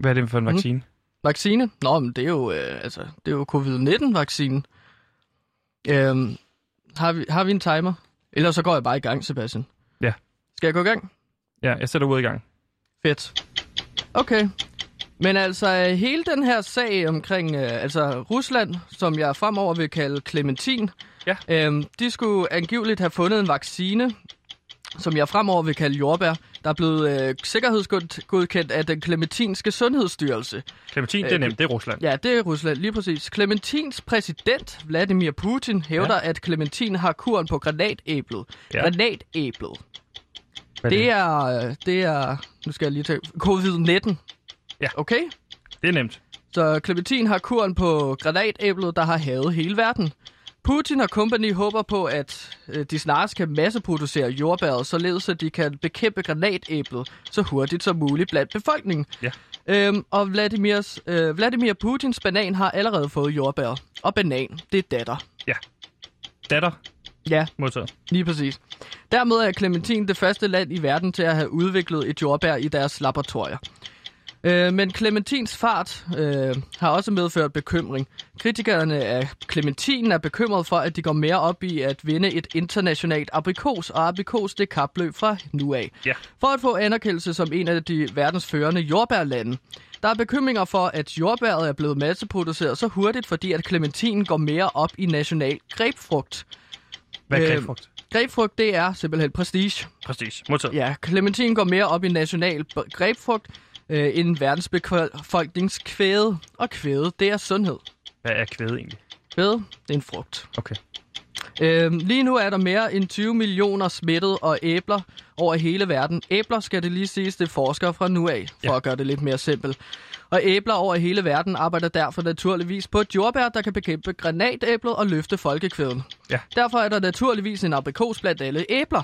S1: Hvad er det for en vaccine?
S2: vaccine. Nå, men det er jo, øh, altså, det er jo covid-19-vaccinen. Øhm, har, vi, har vi en timer? Ellers så går jeg bare i gang, Sebastian.
S1: Ja.
S2: Skal jeg gå i gang?
S1: Ja, jeg sætter ud i gang.
S2: Fedt. Okay. Men altså, øh, hele den her sag omkring øh, altså Rusland, som jeg fremover vil kalde Clementin,
S1: Ja.
S2: øhm, de skulle angiveligt have fundet en vaccine, som jeg fremover vil kalde jordbær, der er blevet øh, sikkerhedsgodkendt af den klementinske sundhedsstyrelse.
S1: Clementine, det er
S2: Øh,
S1: nemt. Det er Rusland.
S2: Ja, det er Rusland, lige præcis. Clementins præsident, Vladimir Putin, hævder, ja. at Clementin har kuren på granatæblet.
S1: Ja.
S2: Ja. Granatæblet.
S1: Hvad
S2: Det er, øh, det er, nu skal jeg lige tage, covid-19.
S1: Ja.
S2: Okay?
S1: det er nemt.
S2: Så Clementin har kuren på granatæblet, der har havet hele verden. Putin og company håber på, at øh, de snarest kan masseproducere jordbæret, således at de kan bekæmpe granatæblet så hurtigt som muligt blandt befolkningen.
S1: Ja.
S2: Øhm, og Vladimirs, øh, Vladimir Putins banan har allerede fået jordbær. Og banan, det er datter.
S1: Datter
S2: Ja,
S1: modtaget.
S2: Lige præcis. Dermed er Clementine det første land i verden til at have udviklet et jordbær i deres laboratorier. Øh, men Clementins fart øh, har også medført bekymring. Kritikerne af Clementinen er bekymret for, at de går mere op i at vinde et internationalt aprikos, og aprikos det er kapløb fra nu af.
S1: Ja.
S2: For at få anerkendelse som en af de verdens førende jordbærlande. Der er bekymringer for, at jordbæret er blevet masseproduceret så hurtigt, fordi at Clementinen går mere op i national grebfrugt.
S1: Hvad er
S2: Øh,
S1: grebfrugt?
S2: Grebfrugt, det er simpelthen prestige.
S1: Præcis. Modtaget.
S2: Ja, Clementine går mere op i national b- grebfrugt øh, end verdensbefolknings kvæde. Og kvæde, det er sundhed.
S1: Hvad er kvæde egentlig?
S2: Kvæde, det er en frugt.
S1: Okay.
S2: Øhm, lige nu er der mere end 20 millioner smittede og æbler over hele verden. Æbler skal det lige siges, det er forskere fra nu af, for
S1: Ja.
S2: ja. at gøre det lidt mere simpelt. Og æbler over hele verden arbejder derfor naturligvis på et jordbær, der kan bekæmpe granatæblet og løfte folkekvæden.
S1: Ja.
S2: Derfor er der naturligvis en aprikos blandt alle æbler.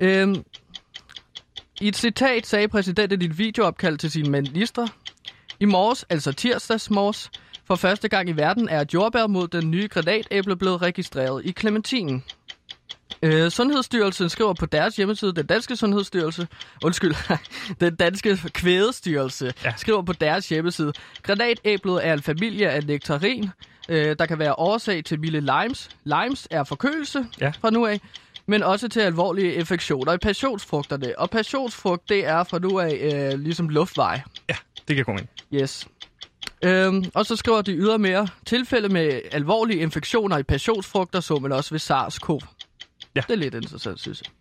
S2: Øhm, I et citat sagde præsidenten i et videoopkald til sine minister, i morges, altså tirsdags morges, for første gang i verden er et jordbær mod den nye granatæble blevet registreret i Clementinen. Øh, Sundhedsstyrelsen skriver på deres hjemmeside, den danske sundhedsstyrelse, undskyld, <laughs> den danske kvædestyrelse,
S1: Ja.
S2: ja. skriver på deres hjemmeside, granatæblet er en familie af nektarin, øh, der kan være årsag til milde limes. Limes er forkølelse
S1: Ja.
S2: ja. fra nu af, men også til alvorlige infektioner i passionsfrugterne. Og passionsfrugt, det er fra nu af øh, ligesom luftveje.
S1: Det kan gå ind.
S2: Yes. Øhm, og så skriver de ydermere, tilfælde med alvorlige infektioner i passionsfrugter, så man også ved SARS-CoV.
S1: Ja.
S2: Det er lidt interessant, synes jeg.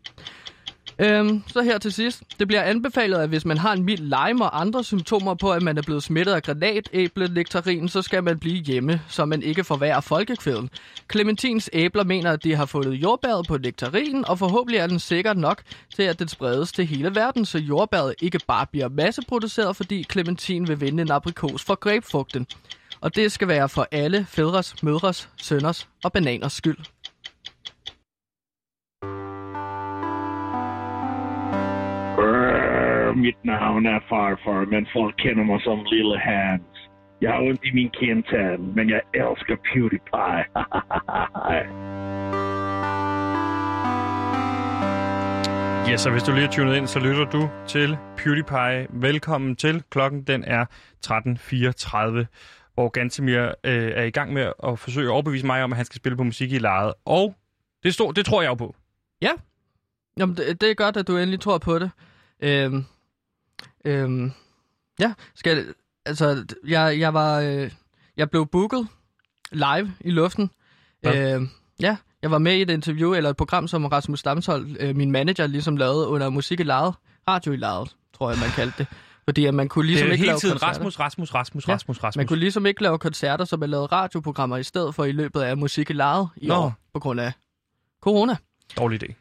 S2: Øhm, så her til sidst. Det bliver anbefalet, at hvis man har en mild lime og andre symptomer på, at man er blevet smittet af granatæble nektarin, så skal man blive hjemme, så man ikke forværrer folkekvæden. Clementins æbler mener, at de har fundet jordbæret på nektarinen, og forhåbentlig er den sikker nok til, at den spredes til hele verden, så jordbæret ikke bare bliver masseproduceret, fordi Clementin vil vinde en aprikos for grebfugten. Og det skal være for alle fædres, mødres, sønners og bananers skyld.
S8: Brrr, Øh, mit navn er farfar, men folk kender mig som Lille Hans. Jeg har ondt i min kindtand, men jeg elsker PewDiePie. <laughs>
S1: Yes, og hvis du lige er tunet ind, så lytter du til PewDiePie. Velkommen til. Klokken den er 13.34, hvor Gantemir øh, er i gang med at forsøge at overbevise mig om, at han skal spille på musik i lejet. Og det, stod, det tror jeg jo på.
S2: Ligesom Jamen, det, det er godt, at du endelig tror på det. Øhm, øhm, ja, skal altså, jeg, jeg var, øh, jeg blev booket live i luften.
S1: Hvad?
S2: Øhm, ja, jeg var med i et interview eller et program, som Rasmus Stamshold, øh, min manager, ligesom lavede under Musik i Lejet. Radio i Lejet, tror jeg, man kaldte det. Fordi at man kunne ligesom
S1: det er
S2: ikke
S1: hele
S2: lave
S1: tiden
S2: koncerter.
S1: Rasmus, Rasmus, Rasmus,
S2: Ja,
S1: Rasmus, Rasmus.
S2: Man kunne ligesom ikke lave koncerter, som er lavet radioprogrammer i stedet for i løbet af Musik i Lejet i
S1: Nå.
S2: år, på grund af corona.
S1: Dårlig idé.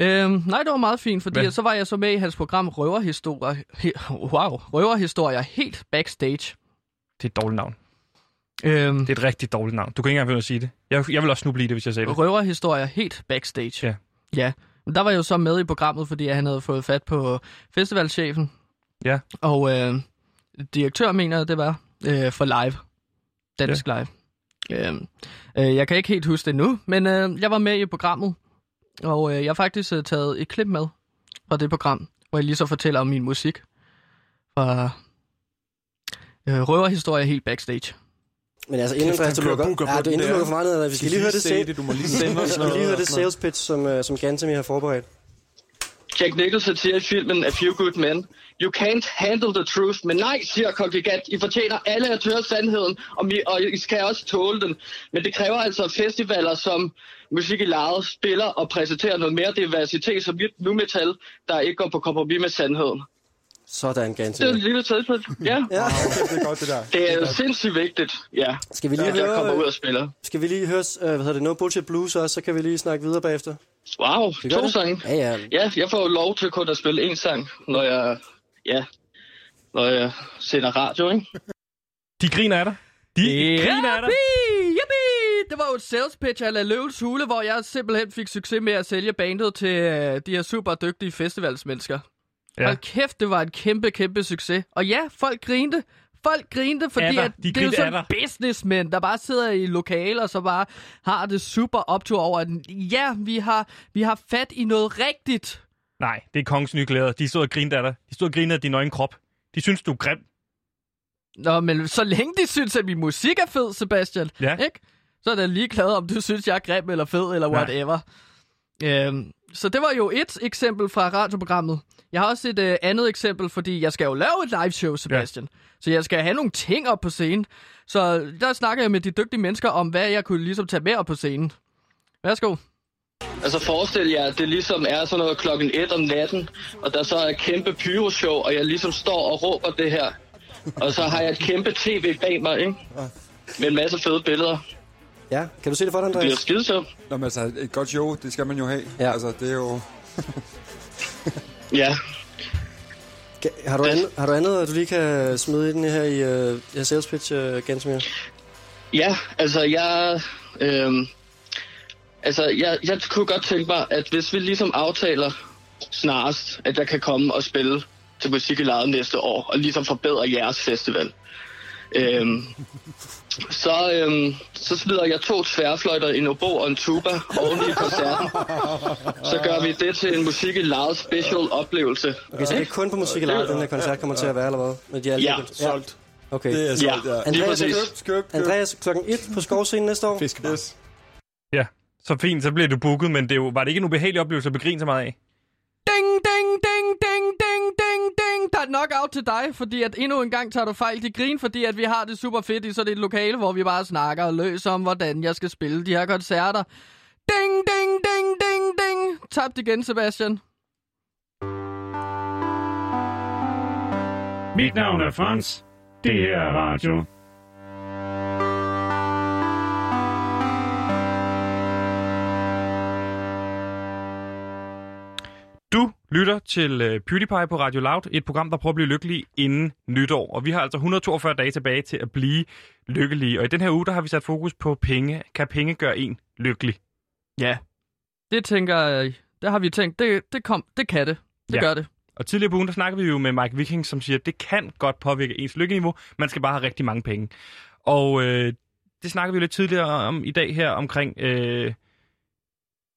S2: Øhm, nej, det var meget fint, fordi
S1: Hvad?
S2: Hvad? så var jeg så med i hans program Røverhistorier, he, wow, Røverhistorier helt backstage.
S1: Det er et dårligt navn.
S2: Øhm,
S1: Det er et rigtig dårligt navn. Du kan ikke engang finde at sige det. Jeg, jeg vil også snuble i det, hvis jeg sagde det.
S2: Røverhistorier helt backstage.
S1: Ja.
S2: Ja, men der var jeg jo så med i programmet, fordi han havde fået fat på festivalchefen.
S1: Ja.
S2: Og øh, direktør mener jeg, det var, øh, for live. Dansk ja. live. Øhm, øh, jeg kan ikke helt huske det nu, men øh, jeg var med i programmet, og øh, jeg har faktisk øh, taget et klip med fra det program, hvor jeg lige så fortæller om min musik fra øh, røverhistorier helt backstage.
S9: Men altså, inden Andreas, du lukker, ja, du, inden du lukker for meget ned, vi skal lige høre det, se,
S4: Du må lige
S9: <laughs>
S4: sende
S9: vi skal lige høre det sales pitch, som, uh, som Gantemir har forberedt.
S10: Jack Nicholson siger i filmen A Few Good Men, You can't handle the truth, men nej, siger kongregant, I fortjener alle at høre sandheden, og, vi, og I skal også tåle den. Men det kræver altså at festivaler, som Musik i Lejet spiller og præsenterer noget mere diversitet, som nyt nu metal, der ikke går på kompromis med sandheden.
S9: Sådan,
S10: Det er en
S9: Gantemir.
S10: lille tidspunkt. Ja,
S9: Ja.
S4: Det er godt, det der.
S10: det er sindssygt vigtigt, ja,
S9: Skal vi lige
S10: at jeg
S9: høre,
S10: kommer ud
S9: øh,
S10: og spiller.
S9: skal vi lige høre øh, hvad hedder det, No Bullshit Blues også, så kan vi lige snakke videre bagefter.
S10: Wow,
S9: Det gør
S10: to
S9: det.
S10: sange.
S9: Ja, ja.
S10: Ja, jeg får jo lov til kun at spille én sang, når jeg, ja, når jeg sender radio, ikke?
S1: De griner af dig. De griner af dig.
S2: Yippee! Yippee! Det var jo et sales pitch af Løvens Hule, hvor jeg simpelthen fik succes med at sælge bandet til øh, de her super dygtige festivalsmennesker.
S1: Ja.
S2: Ja. Hold kæft, det var en kæmpe, kæmpe succes. Og ja, folk grinte. Folk grinte, fordi
S1: Af dig.
S2: at
S1: De
S2: det er jo
S1: grinte af
S2: sådan businessmen, der bare sidder i lokaler og så bare har det super optur over, at ja, vi har, vi har fat i noget rigtigt.
S1: Nej, det er kongens nye glæder. De stod og grinte af dig. De stod og grinede af din nøgen krop. De synes, du er grim.
S2: Nå, men så længe de synes, at min musik er fed, Sebastian,
S1: Ja.
S2: ikke? så er der ligeglad, om du <laughs> synes, jeg er grim eller fed eller
S1: Nej.
S2: whatever. Øhm, så det var jo et eksempel fra radioprogrammet. Jeg har også et øh, andet eksempel, fordi jeg skal jo lave et liveshow, Sebastian. Så jeg skal have nogle ting op på scenen. Så der snakker jeg med de dygtige mennesker om, hvad jeg kunne ligesom tage med op på scenen. Værsgo.
S10: Altså forestil jer, at det ligesom er sådan noget klokken 1 om natten, og der så er et kæmpe pyroshow, og jeg ligesom står og råber det her. Og så har jeg et kæmpe tv bag mig, ikke? Med en masse fede billeder.
S9: Ja, kan du se det for dig,
S10: Det bliver
S9: Andreas?
S10: skide sjovt.
S11: Nå, men altså, et godt show, det skal man jo have. Ja. Altså, det er jo...
S10: Ja.
S9: Kan- Har du, andet, har du andet, øh, du lige kan smide i den her i øh, her sales pitch, uh, Gansomir?
S10: Ja, altså jeg... Øhm, altså jeg, jeg kunne godt tænke mig, at hvis vi ligesom aftaler snarest, at jeg kan komme og spille til musik i lejet næste år, og ligesom forbedre jeres festival. Øhm, så, øhm, så smider jeg to tværfløjter, en obo og en tuba oven i koncerten. Så gør vi det til en musik i lejet special oplevelse.
S9: Okay, så det er kun på musik eller den her koncert kommer til at være, eller hvad? Med de
S10: Ja, solgt.
S9: Okay.
S10: Det er solgt, ja. Ja, lige
S9: Andreas,
S10: præcis.
S9: køb, køb, køb. Andreas, klokken 1 på skovscenen næste år.
S11: Fiskebart. Yes.
S1: Ja, så fint, så blev du booket, men det er jo, var det ikke en ubehagelig oplevelse at begrine så meget af?
S2: Ding, ding, ding, ding, ding, ding, ding. Der er nok out til dig, fordi at endnu en gang tager du fejl. De grin, fordi at vi har det super fedt i sådan et lokale, hvor vi bare snakker og løser om, hvordan jeg skal spille de her koncerter. Ding, ding, ding, ding, ding. Tabt igen, Sebastian.
S12: Mit navn er Frans. Det her er radio.
S1: Du lytter til øh, PewDiePie på Radio Loud, et program, der prøver at blive lykkelig inden nytår. Og vi har altså 142 dage tilbage til at blive lykkelige. Og i den her uge, der har vi sat fokus på penge. Kan penge gøre en lykkelig?
S2: Ja. Det tænker jeg, der har vi tænkt, det, det, kom, det kan det. Det
S1: Ja.
S2: ja. gør det.
S1: Og tidligere på ugen, der snakkede vi jo med Mike Viking, som siger, at det kan godt påvirke ens lykkeniveau. Man skal bare have rigtig mange penge. Og øh, det snakkede vi jo lidt tidligere om i dag her omkring øh,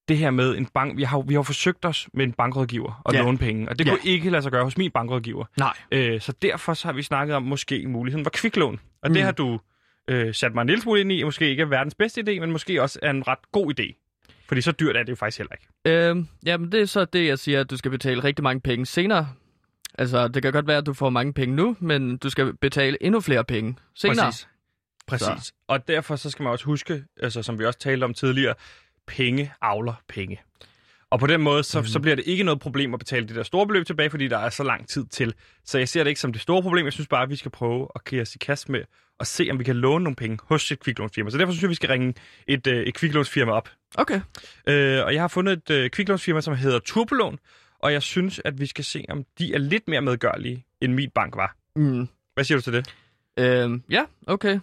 S1: det her med en bank. Vi har, jo- vi har jo forsøgt os med en bankrådgiver og
S2: Ja.
S1: ja. låne penge, og det
S2: Ja.
S1: ja. kunne ikke lade sig gøre hos min bankrådgiver.
S2: Nej.
S1: Øh, så derfor så har vi snakket om måske muligheden for kviklån. Og mm. det
S2: Mm.
S1: har du øh, sat mig en lille smule ind i, og måske ikke er verdens bedste idé, men måske også er en ret god idé. Fordi så dyrt er det jo faktisk heller ikke.
S2: Øhm, jamen, det er så det, jeg siger, at du skal betale rigtig mange penge senere. Altså, det kan godt være, at du får mange penge nu, men du skal betale endnu flere penge senere.
S1: Præcis. Præcis.
S2: Så.
S1: Så. Og derfor så skal man også huske, altså, som vi også talte om tidligere, penge avler penge. Og på den måde, så, mm. så bliver det ikke noget problem at betale det der store beløb tilbage, fordi der er så lang tid til. Så jeg ser det ikke som det store problem. Jeg synes bare, at vi skal prøve at kære os i kast med og se, om vi kan låne nogle penge hos et kviklånsfirma. Så derfor synes jeg, vi skal ringe et, øh, et kviklånsfirma op.
S2: Okay.
S1: Øh, og jeg har fundet et øh, kviklånsfirma, som hedder Turbulån, og jeg synes, at vi skal se, om de er lidt mere medgørlige, end min bank var.
S2: Mm.
S1: Hvad siger du til det?
S2: Øhm, ja, okay.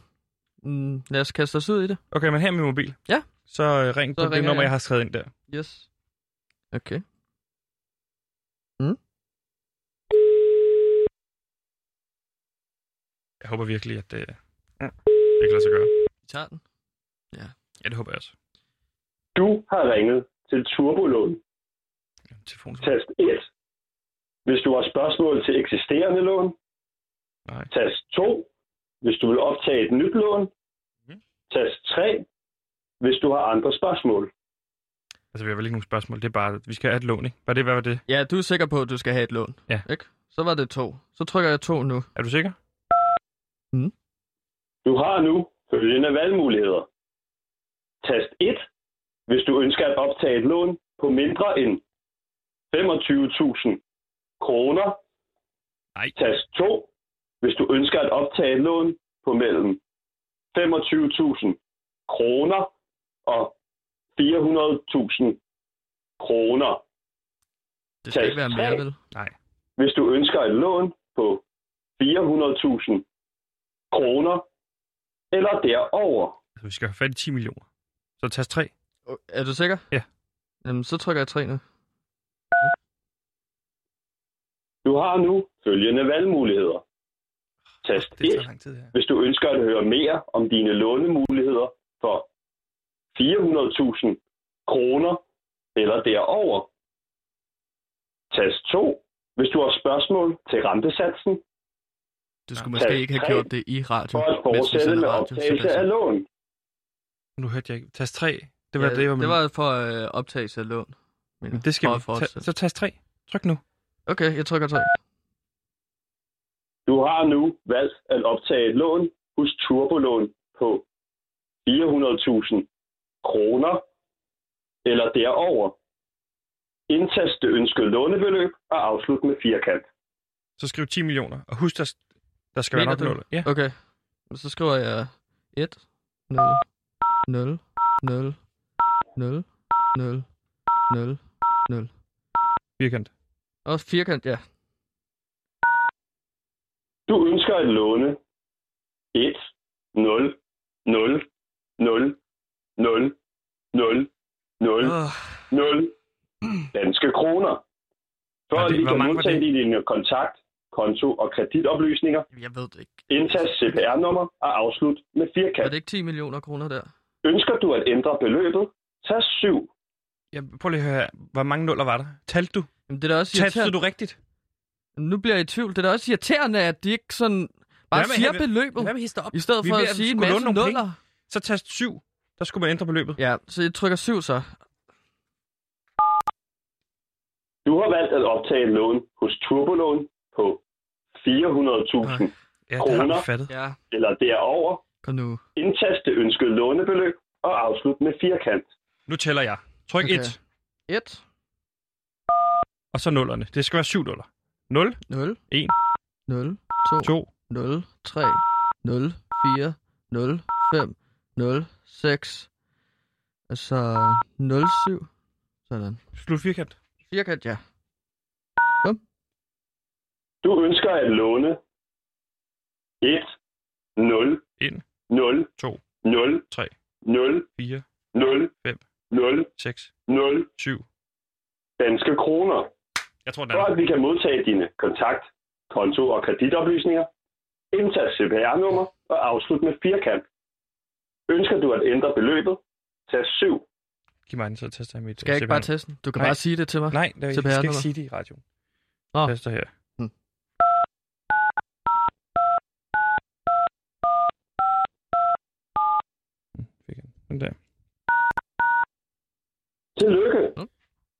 S2: Mm, lad os kaste os ud i det.
S1: Okay, men her er min mobil.
S2: Ja.
S1: Så øh, ring
S2: Så
S1: så på det
S2: ringer
S1: nummer,
S2: jeg.
S1: jeg har skrevet ind der.
S2: Yes. Okay.
S1: Jeg håber virkelig, at øh, det, det kan lade sig gøre.
S2: Vi tager den.
S1: Ja, det håber jeg også.
S13: Du har ringet til Turbolån. Tast 1. Hvis du har spørgsmål til eksisterende lån.
S1: Nej.
S13: Tast 2. Hvis du vil optage et nyt lån. Mm. Tast 3. Hvis du har andre spørgsmål.
S1: Altså, vi har vel ikke nogen spørgsmål. Det er bare, at vi skal have et lån, ikke? Var det, hvad var det?
S2: Ja, du er sikker på, at du skal have et lån.
S1: Ja.
S2: Ikke? Så var det to. Så trykker jeg to nu.
S1: Er du sikker?
S13: Du har nu følgende valgmuligheder. Tast 1. Hvis du ønsker at optage et lån på mindre end 25.000 kroner.
S1: Nej.
S13: Tast 2. Hvis du ønsker at optage et lån på mellem 25.000 kroner og 400.000 kroner.
S2: Det skal ikke være mere, vel? Nej.
S13: Hvis du ønsker et lån på 400.000 kroner eller derover.
S1: Altså, vi skal have fat i 10 millioner. Så tast 3.
S2: Er du sikker?
S1: Ja.
S2: Jamen, så trykker jeg 3 nu.
S13: Du har nu følgende valgmuligheder. Tast 1, hvis du ønsker at høre mere om dine lånemuligheder for 400.000 kroner eller derover. Tast 2, hvis du har spørgsmål til rentesatsen.
S2: Du skulle måske ikke have gjort det i radio.
S13: For at fortsætte med optagelse af lån.
S1: Nu hørte jeg ikke. Tast 3. Det var
S2: ja,
S1: det, jeg var
S2: det var for øh, optagelse af lån.
S1: Men det skal
S2: for
S1: vi.
S2: at fortsætte.
S1: Ta- så tast 3. Tryk nu.
S2: Okay, jeg trykker 3.
S13: Du har nu valgt at optage et lån hos Turbolån på 400.000 kroner eller derover. Indtast det ønskede lånebeløb og afslut med firkant.
S1: Så skriv 10 millioner. Og husk, der, der skal
S2: Mener
S1: være
S2: du?
S1: nok Ja.
S2: Okay. Så skriver jeg 1, 0, 0, 0, 0, 0, 0, 0.
S1: Firkant.
S2: Og firkant, ja.
S13: Du ønsker at låne 1, 0, 0, 0, 0, 0, 0, 0 danske kroner. For at vi
S1: hvor
S13: kan
S1: mange var
S13: modtage dine kontakt, konto og kreditoplysninger,
S2: Jeg ved det ikke.
S13: indtast CPR-nummer og afslut
S2: Er
S13: med firkant.
S2: det ikke 10 millioner kroner der?
S13: Ønsker du at ændre beløbet, tag 7.
S1: Ja, prøv lige at høre, her. hvor mange nuller var der? Talte du?
S2: Jamen, det er da også
S1: Talte
S2: irriterende.
S1: du rigtigt?
S2: Nu bliver jeg i tvivl. Det er da også irriterende, at de ikke sådan bare
S1: Hvad med-
S2: siger
S1: hvad-
S2: beløbet.
S1: hvad med hister op?
S2: I stedet
S1: Vi
S2: for
S1: er
S2: at
S1: ved at
S2: sige en
S1: skulle
S2: masse
S1: låne nogle penge.
S2: nuller.
S1: Så tast 7. Der skulle man ændre beløbet.
S2: Ja, så jeg trykker 7 så.
S13: Du har valgt at optage et lån hos Turbolån på 400.000
S1: ja, det har
S13: kroner
S1: vi fattet.
S2: Ja.
S13: eller derover.
S2: Kom nu.
S13: Indtast det ønskede lånebeløb og afslut med firkant.
S1: Nu tæller jeg. Tryk
S2: Okay.
S1: 1,
S2: 1,
S1: og så nullerne. Det skal være 7 nuller. 0,
S2: 0,
S1: 1,
S2: 0, 2,
S1: 2,
S2: 0, 3, 0, 4, 0, 5, 0, 6, og så 0, 7. Altså, Sådan.
S1: slut firkant.
S2: Firkant, ja.
S13: Du ønsker at låne 1, 0,
S1: 1,
S13: 0,
S1: 2,
S13: 0,
S1: 3,
S13: 0,
S1: 4,
S13: 0,
S1: 5,
S13: 0,
S1: 6,
S13: 0
S1: 7.
S13: danske kroner.
S1: Jeg tror, den
S13: For
S1: er.
S13: at vi kan modtage dine kontakt, konto og kreditoplysninger, indtast CPR-nummer og afslut med firkant. Ønsker du at ændre beløbet, tag 7.
S1: Giv mig den, så tester jeg mit
S2: Skal jeg ikke bare
S1: CPR-nummer.
S2: teste den? Du kan
S1: Nej.
S2: bare sige det til mig.
S1: Nej, det er, jeg skal ikke
S2: CPR-nummer.
S1: sige det i radioen.
S2: Nå.
S1: Tester her.
S2: Hmm.
S1: Hm, Den der.
S13: Tillykke!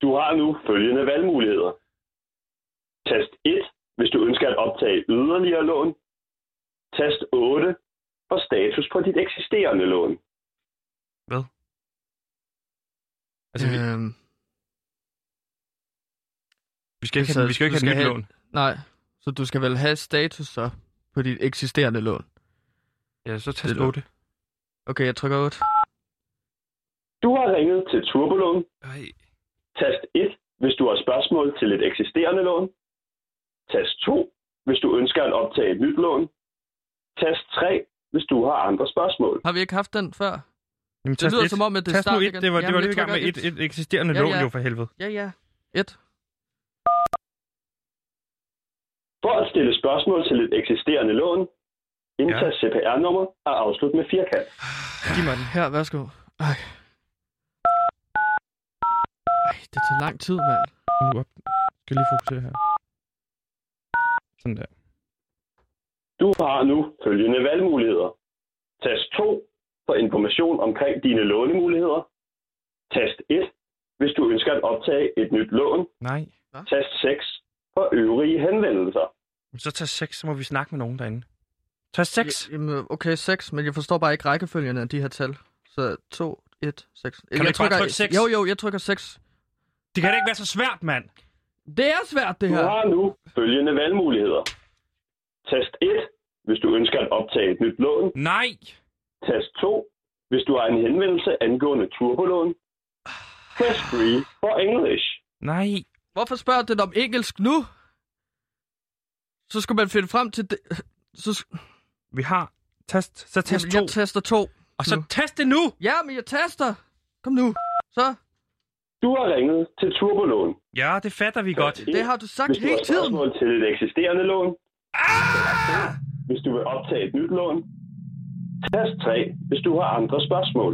S13: Du har nu følgende valgmuligheder. Tast 1, hvis du ønsker at optage yderligere lån. Tast 8 for status på dit eksisterende lån.
S1: Altså, vi,
S2: øhm,
S1: vi skal ikke have, vi skal jo ikke
S2: du
S1: have et nyt lån.
S2: Nej, så du skal vel have status så på dit eksisterende lån.
S1: Ja, så
S2: Det
S1: tast
S2: er lort.
S1: 8.
S2: Okay, jeg trykker 8.
S13: Du har ringet til Turbolån.
S1: Ej.
S13: Tast 1, hvis du har spørgsmål til et eksisterende lån. Tast 2, hvis du ønsker at optage et nyt lån. Tast 3, hvis du har andre spørgsmål.
S2: Har vi ikke haft den før?
S1: Jamen,
S2: Det lyder som om, at det er
S1: tast nu
S2: start
S1: et.
S2: igen.
S1: Det var, det
S2: Jamen,
S1: var
S2: jeg
S1: lige i gang med
S2: trykker
S1: et, et eksisterende
S2: Ja,
S1: lån,
S2: ja.
S1: jo for helvede.
S2: Ja, ja. 1.
S13: For at stille spørgsmål til et eksisterende lån, indtast CPR-nummer og afslut med firkant.
S1: Giv mig den.
S2: Her, værsgo. Ej. Ej, det tager lang tid, mand.
S1: Hold nu op. Jeg skal lige fokusere her. Sådan der.
S13: Du har nu følgende valgmuligheder. Tast 2 for information omkring dine lånemuligheder. Tast 1, hvis du ønsker at optage et nyt lån.
S1: Nej.
S13: Tast 6 for øvrige henvendelser.
S1: Men Så tast 6, så må vi snakke med nogen derinde. Tast 6.
S2: Jamen, okay, 6, men jeg forstår bare ikke rækkefølgen af de her tal. Så 2, 1, 6.
S1: du ikke bare trykke seks?
S2: Jo, jo, jeg trykker 6.
S1: Det kan da ikke være så svært, mand.
S2: Det er svært, det
S13: Du
S2: her.
S13: har nu følgende valgmuligheder. Tast 1, hvis du ønsker at optage et nyt lån.
S1: Nej.
S13: Tast 2, hvis du har en henvendelse angående turbolån. Press 3 for English.
S1: Nej.
S2: Hvorfor spørger den om engelsk nu? Så skulle man finde frem til det. Så... sk-
S1: Vi har test. Så test
S2: Jamen,
S1: to.
S2: Jeg tester to.
S1: Og så test det nu!
S2: Ja, men jeg tester. Kom nu. Så.
S13: Du har ringet til Turbolån.
S1: Ja, det fatter vi godt.
S2: Det har du sagt
S13: Hvis du
S2: hele
S13: har spørgsmål til et eksisterende lån.
S2: Ah!
S13: Hvis du vil optage et nyt lån. Tast 3, hvis du har andre spørgsmål.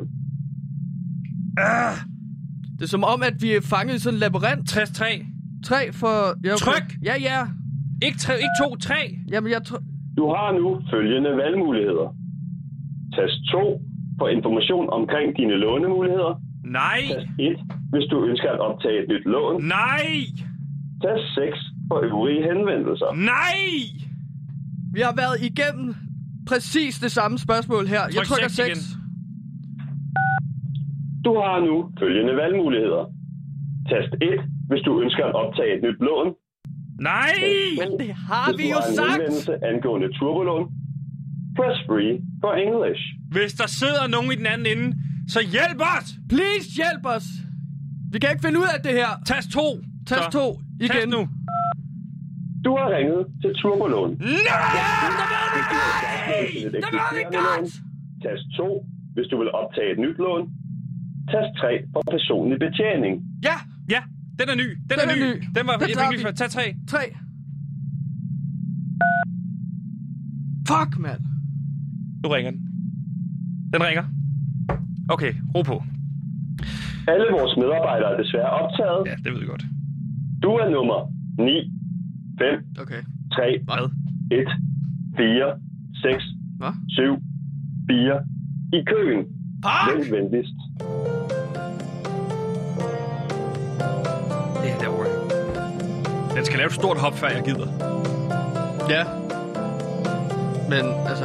S2: Det er som om, at vi er fanget i sådan en labyrint.
S1: 60 3.
S2: 3 for... Ja, okay.
S1: Tryk!
S2: Ja, ja.
S1: Ikke, tre, ikke to, tre.
S2: Jamen, jeg tror...
S13: Du har nu følgende valgmuligheder. Tast 2 for information omkring dine lånemuligheder.
S1: Nej!
S13: Tast 1, hvis du ønsker at optage et nyt lån.
S1: Nej!
S13: Tast 6 for øvrige henvendelser.
S1: Nej!
S2: Vi har været igennem præcis det samme spørgsmål her. jeg
S13: Tryk
S2: trykker
S13: seks
S2: 6.
S13: Du har nu følgende valgmuligheder. Tast 1, hvis du ønsker at optage et nyt lån.
S1: Nej!
S2: Det har
S13: Hvis
S2: vi
S13: du
S2: jo
S13: har en
S2: sagt!
S13: henvendelse angående turbolån. Press free for English.
S1: Hvis der sidder nogen i den anden ende, så hjælp os!
S2: Please hjælp os! Vi kan ikke finde ud af det her.
S1: Tast to.
S2: Tast
S1: Så.
S2: to igen.
S1: Tast nu.
S13: Du har ringet til turbolån.
S1: Nej!
S13: Det var det godt! Tast 2, hvis du vil optage et nyt lån. Tast 3 for personlig betjening.
S2: Ja,
S1: Ja, den er ny. Den,
S2: Den
S1: er,
S2: er
S1: ny.
S2: ny.
S1: Den var
S2: Den
S1: et
S2: tager
S1: enkelt
S2: vi.
S1: før. Tag tre.
S2: 3. Fuck, mand.
S1: Nu ringer den. Den ringer. Okay, ro på.
S13: Alle vores medarbejdere er desværre optaget.
S1: Ja, det ved vi godt.
S13: Du er nummer 9, 5,
S2: Okay.
S13: 3,
S1: Hvad?
S13: 1, 4, 6,
S2: Hvad?
S13: 7, 4 i køen. Vælg venligst.
S1: Ja, derovre. Den skal lave et stort hop, før jeg gider.
S2: Ja. Men, altså...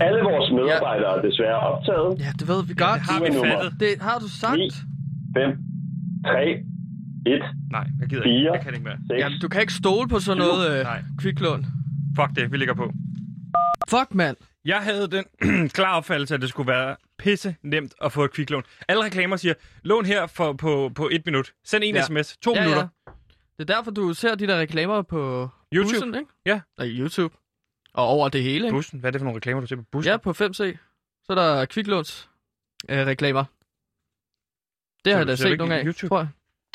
S13: Alle vores medarbejdere er desværre optaget.
S2: Ja, det ved vi godt.
S1: det har vi fattet.
S2: Det har du sagt.
S13: 5, 3, 1,
S1: Nej, jeg gider ikke.
S13: Fire.
S1: Jeg kan ikke mere.
S13: 6.
S2: Jamen, du kan ikke stole på sådan noget øh,
S1: Nej.
S2: kviklån.
S1: Fuck det, vi ligger på.
S2: Fuck, mand.
S1: Jeg havde den <clears throat> klare opfattelse, at det skulle være pisse nemt at få et kviklån. Alle reklamer siger, lån her for, på, på et minut. Send en
S2: Ja.
S1: ja. sms. To
S2: Ja,
S1: ja, minutter.
S2: Ja. Det er derfor, du ser de der reklamer på
S1: YouTube.
S2: Bussen, ikke?
S1: Ja.
S2: Nej, YouTube. Og over det hele, ikke?
S1: Bussen. Hvad er det for nogle reklamer, du ser på bussen?
S2: Ja, på 5C. Så er der kviklåns øh, reklamer. Det
S1: Så
S2: har jeg
S1: du
S2: da
S1: ser ikke
S2: set nogle af,
S1: YouTube?
S2: tror jeg.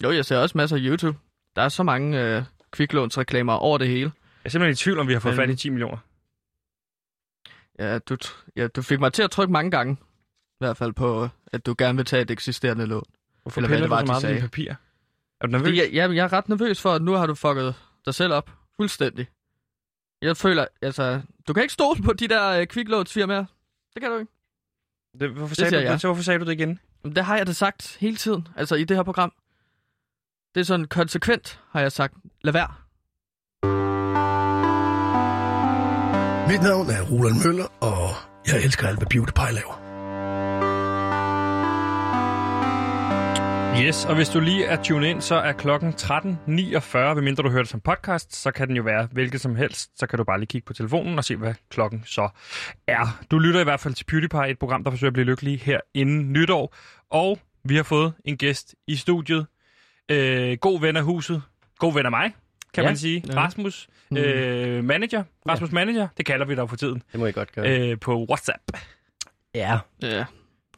S2: Jo, jeg ser også masser af YouTube. Der er så mange øh, kviklånsreklamer over det hele.
S1: Jeg er simpelthen i tvivl, om vi har fået
S2: Men-
S1: fat i 10 millioner.
S2: Ja, du, tr- ja, du fik mig til at trykke mange gange. I hvert fald på, øh, at du gerne vil tage et eksisterende lån.
S1: Hvorfor piller du så meget ved dine papirer? Er du nervøs?
S2: Fordi jeg, jeg, jeg er ret nervøs for, at nu har du fucket dig selv op. Fuldstændig. Jeg føler, altså... Du kan ikke stole på de der øh, kviklånsfirmaer. Det kan du ikke.
S1: Det, hvorfor,
S2: Det
S1: sagde
S2: siger
S1: du,
S2: jeg.
S1: det, så hvorfor sagde du det igen?
S2: Men det har jeg da sagt hele tiden, altså i det her program. Det er sådan konsekvent, har jeg sagt. Lad være.
S6: Mit navn er Roland Møller, og jeg elsker alt, hvad Beauty Pie laver.
S1: Yes, og hvis du lige er tunet ind, så er klokken 13.49, medmindre du hører det som podcast, så kan den jo være hvilket som helst. Så kan du bare lige kigge på telefonen og se, hvad klokken så er. Du lytter i hvert fald til PewDiePie, et program, der forsøger at blive lykkelig her inden nytår. Og vi har fået en gæst i studiet. Øh, god ven af huset. God ven af mig, kan
S5: Ja.
S1: ja. man sige.
S5: Ja.
S1: Rasmus,
S5: Mm.
S1: øh, manager. Rasmus ja. manager, det kalder vi dig for tiden.
S5: Det må I godt gøre.
S1: Øh, på WhatsApp.
S5: Ja.
S2: Ja.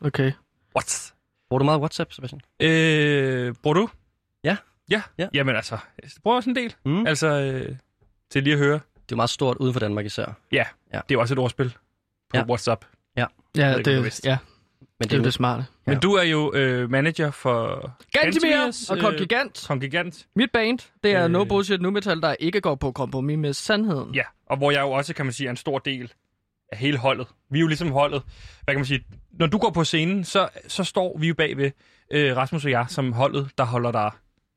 S2: Okay.
S1: What?
S5: Bruger du meget WhatsApp, Sebastian?
S1: Øh, bruger du?
S5: Ja.
S1: Ja?
S5: ja.
S1: Jamen altså, bruger også en del.
S5: Mm.
S1: Altså, øh, til lige at høre.
S5: Det er meget stort uden for Danmark især.
S1: Ja, det er
S5: Ja.
S1: jo også et ordspil på
S5: Ja.
S1: ja. WhatsApp.
S5: Ja.
S1: Jeg
S2: Ja,
S1: ved ikke, om du
S2: det,
S1: vidste.
S2: ja.
S5: Men
S2: det er jo det smarte.
S1: Ja. Men du er jo øh, manager for... Gantimirs,
S2: og Kong Gigant.
S1: Kong Gigant.
S2: Mit band, det er øh... no bullshit nu metal, der ikke går på kompromis med sandheden.
S1: Ja, og hvor jeg jo også, kan man sige, er en stor del af hele holdet. Vi er jo ligesom holdet, hvad kan man sige, når du går på scenen, så, så står vi jo bagved øh, Rasmus og jeg som holdet, der holder dig,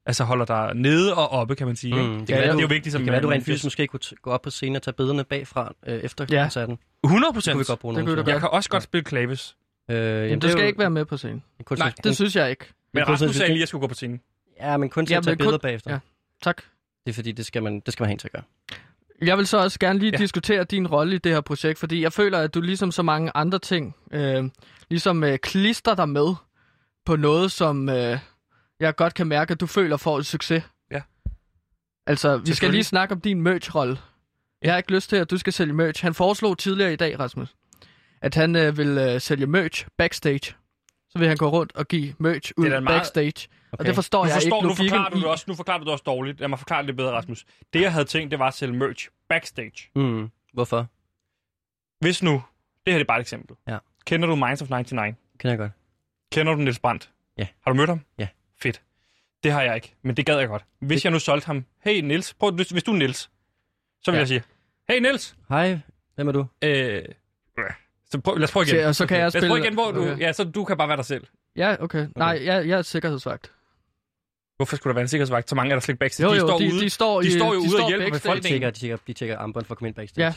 S1: altså holder dig nede og oppe, kan man sige. ikke?
S5: Mm, det,
S1: det,
S5: kan
S1: er
S5: være,
S1: jo
S5: du,
S1: vigtigt som
S5: det kan være, du
S1: man-
S5: rent fysisk måske kunne t- gå op på scenen og tage bederne bagfra øh, efter
S2: Ja.
S5: koncerten.
S1: 100
S5: Det
S1: procent.
S5: kunne vi godt bruge
S2: Det
S5: nogen
S2: kunne vi
S5: til.
S2: da
S1: Jeg kan også godt spille klaves.
S5: Øh, jamen,
S2: Jamen,
S5: det
S2: du
S5: er
S2: skal
S5: jo
S2: ikke være med på scenen.
S5: en kunst-
S2: Nej,
S5: en-
S2: det synes jeg ikke.
S5: en
S1: Men
S5: kunstnerisk
S1: Rasmus sagde
S5: beslutning.
S1: lige, at jeg skulle gå på scenen.
S5: Ja, men kun til
S2: Ja,
S5: at tage
S2: men kun-
S5: billeder bagefter.
S2: Ja. Tak.
S5: Det er fordi, det skal, man, det skal man have en til at gøre.
S2: Jeg vil så også gerne lige ja. diskutere din rolle i det her projekt, fordi jeg føler, at du ligesom så mange andre ting, øh, ligesom øh, klister dig med på noget, som øh, jeg godt kan mærke, at du føler får et succes.
S1: Ja.
S2: Altså, vi skal
S1: Selvfølgelig.
S2: lige snakke om din merch-rolle. Jeg har ikke lyst til, at du skal sælge merch. Han foreslog tidligere i dag, Rasmus, at han øh, vil øh, sælge merch backstage. Så vil han gå rundt og give merch ud
S1: Det er da en meget-
S2: backstage. Okay. Og det forstår
S1: nu
S2: jeg
S1: forstår,
S2: ikke
S1: Nu forklarer, du
S2: logikken
S1: det
S2: i.
S1: også, nu forklarer du det også dårligt. Lad mig forklare det lidt bedre, Rasmus. Det, jeg havde tænkt, det var at sælge merch backstage.
S5: Mm. Hvorfor?
S1: Hvis nu, det her det er bare et eksempel.
S5: Ja.
S1: Kender du Minds of 99?
S5: Kan jeg godt.
S1: Kender du Niels Brandt?
S5: Ja.
S1: Har du mødt ham?
S5: Ja.
S1: Fedt. Det har jeg ikke, men det gad jeg godt. Hvis det... jeg nu solgte ham, hey Niels, prøv, hvis, hvis du er Niels, så vil
S5: Ja.
S1: ja. jeg sige, hey Niels.
S5: Hej, hvem er du?
S1: Øh, så prøv, lad os prøve igen.
S2: Så- så kan jeg
S1: lad os prøve
S2: spille-
S1: igen, hvor du,
S2: okay.
S1: ja, så du kan bare være dig selv.
S2: Ja, okay. Nej, jeg, jeg er sikkerhedsvagt.
S1: Hvorfor skulle der være en sikkerhedsvagt? Så mange er der slet ikke backstage.
S2: Jo,
S1: de
S2: jo,
S1: står
S2: de-
S1: ude,
S2: de står i-
S1: de står jo
S2: de
S1: ude
S2: står
S1: og hjælper med
S2: backstage.
S1: folk.
S5: De tjekker, de tjekker, de tjekker armbånd for at komme ind backstage.
S2: Ja,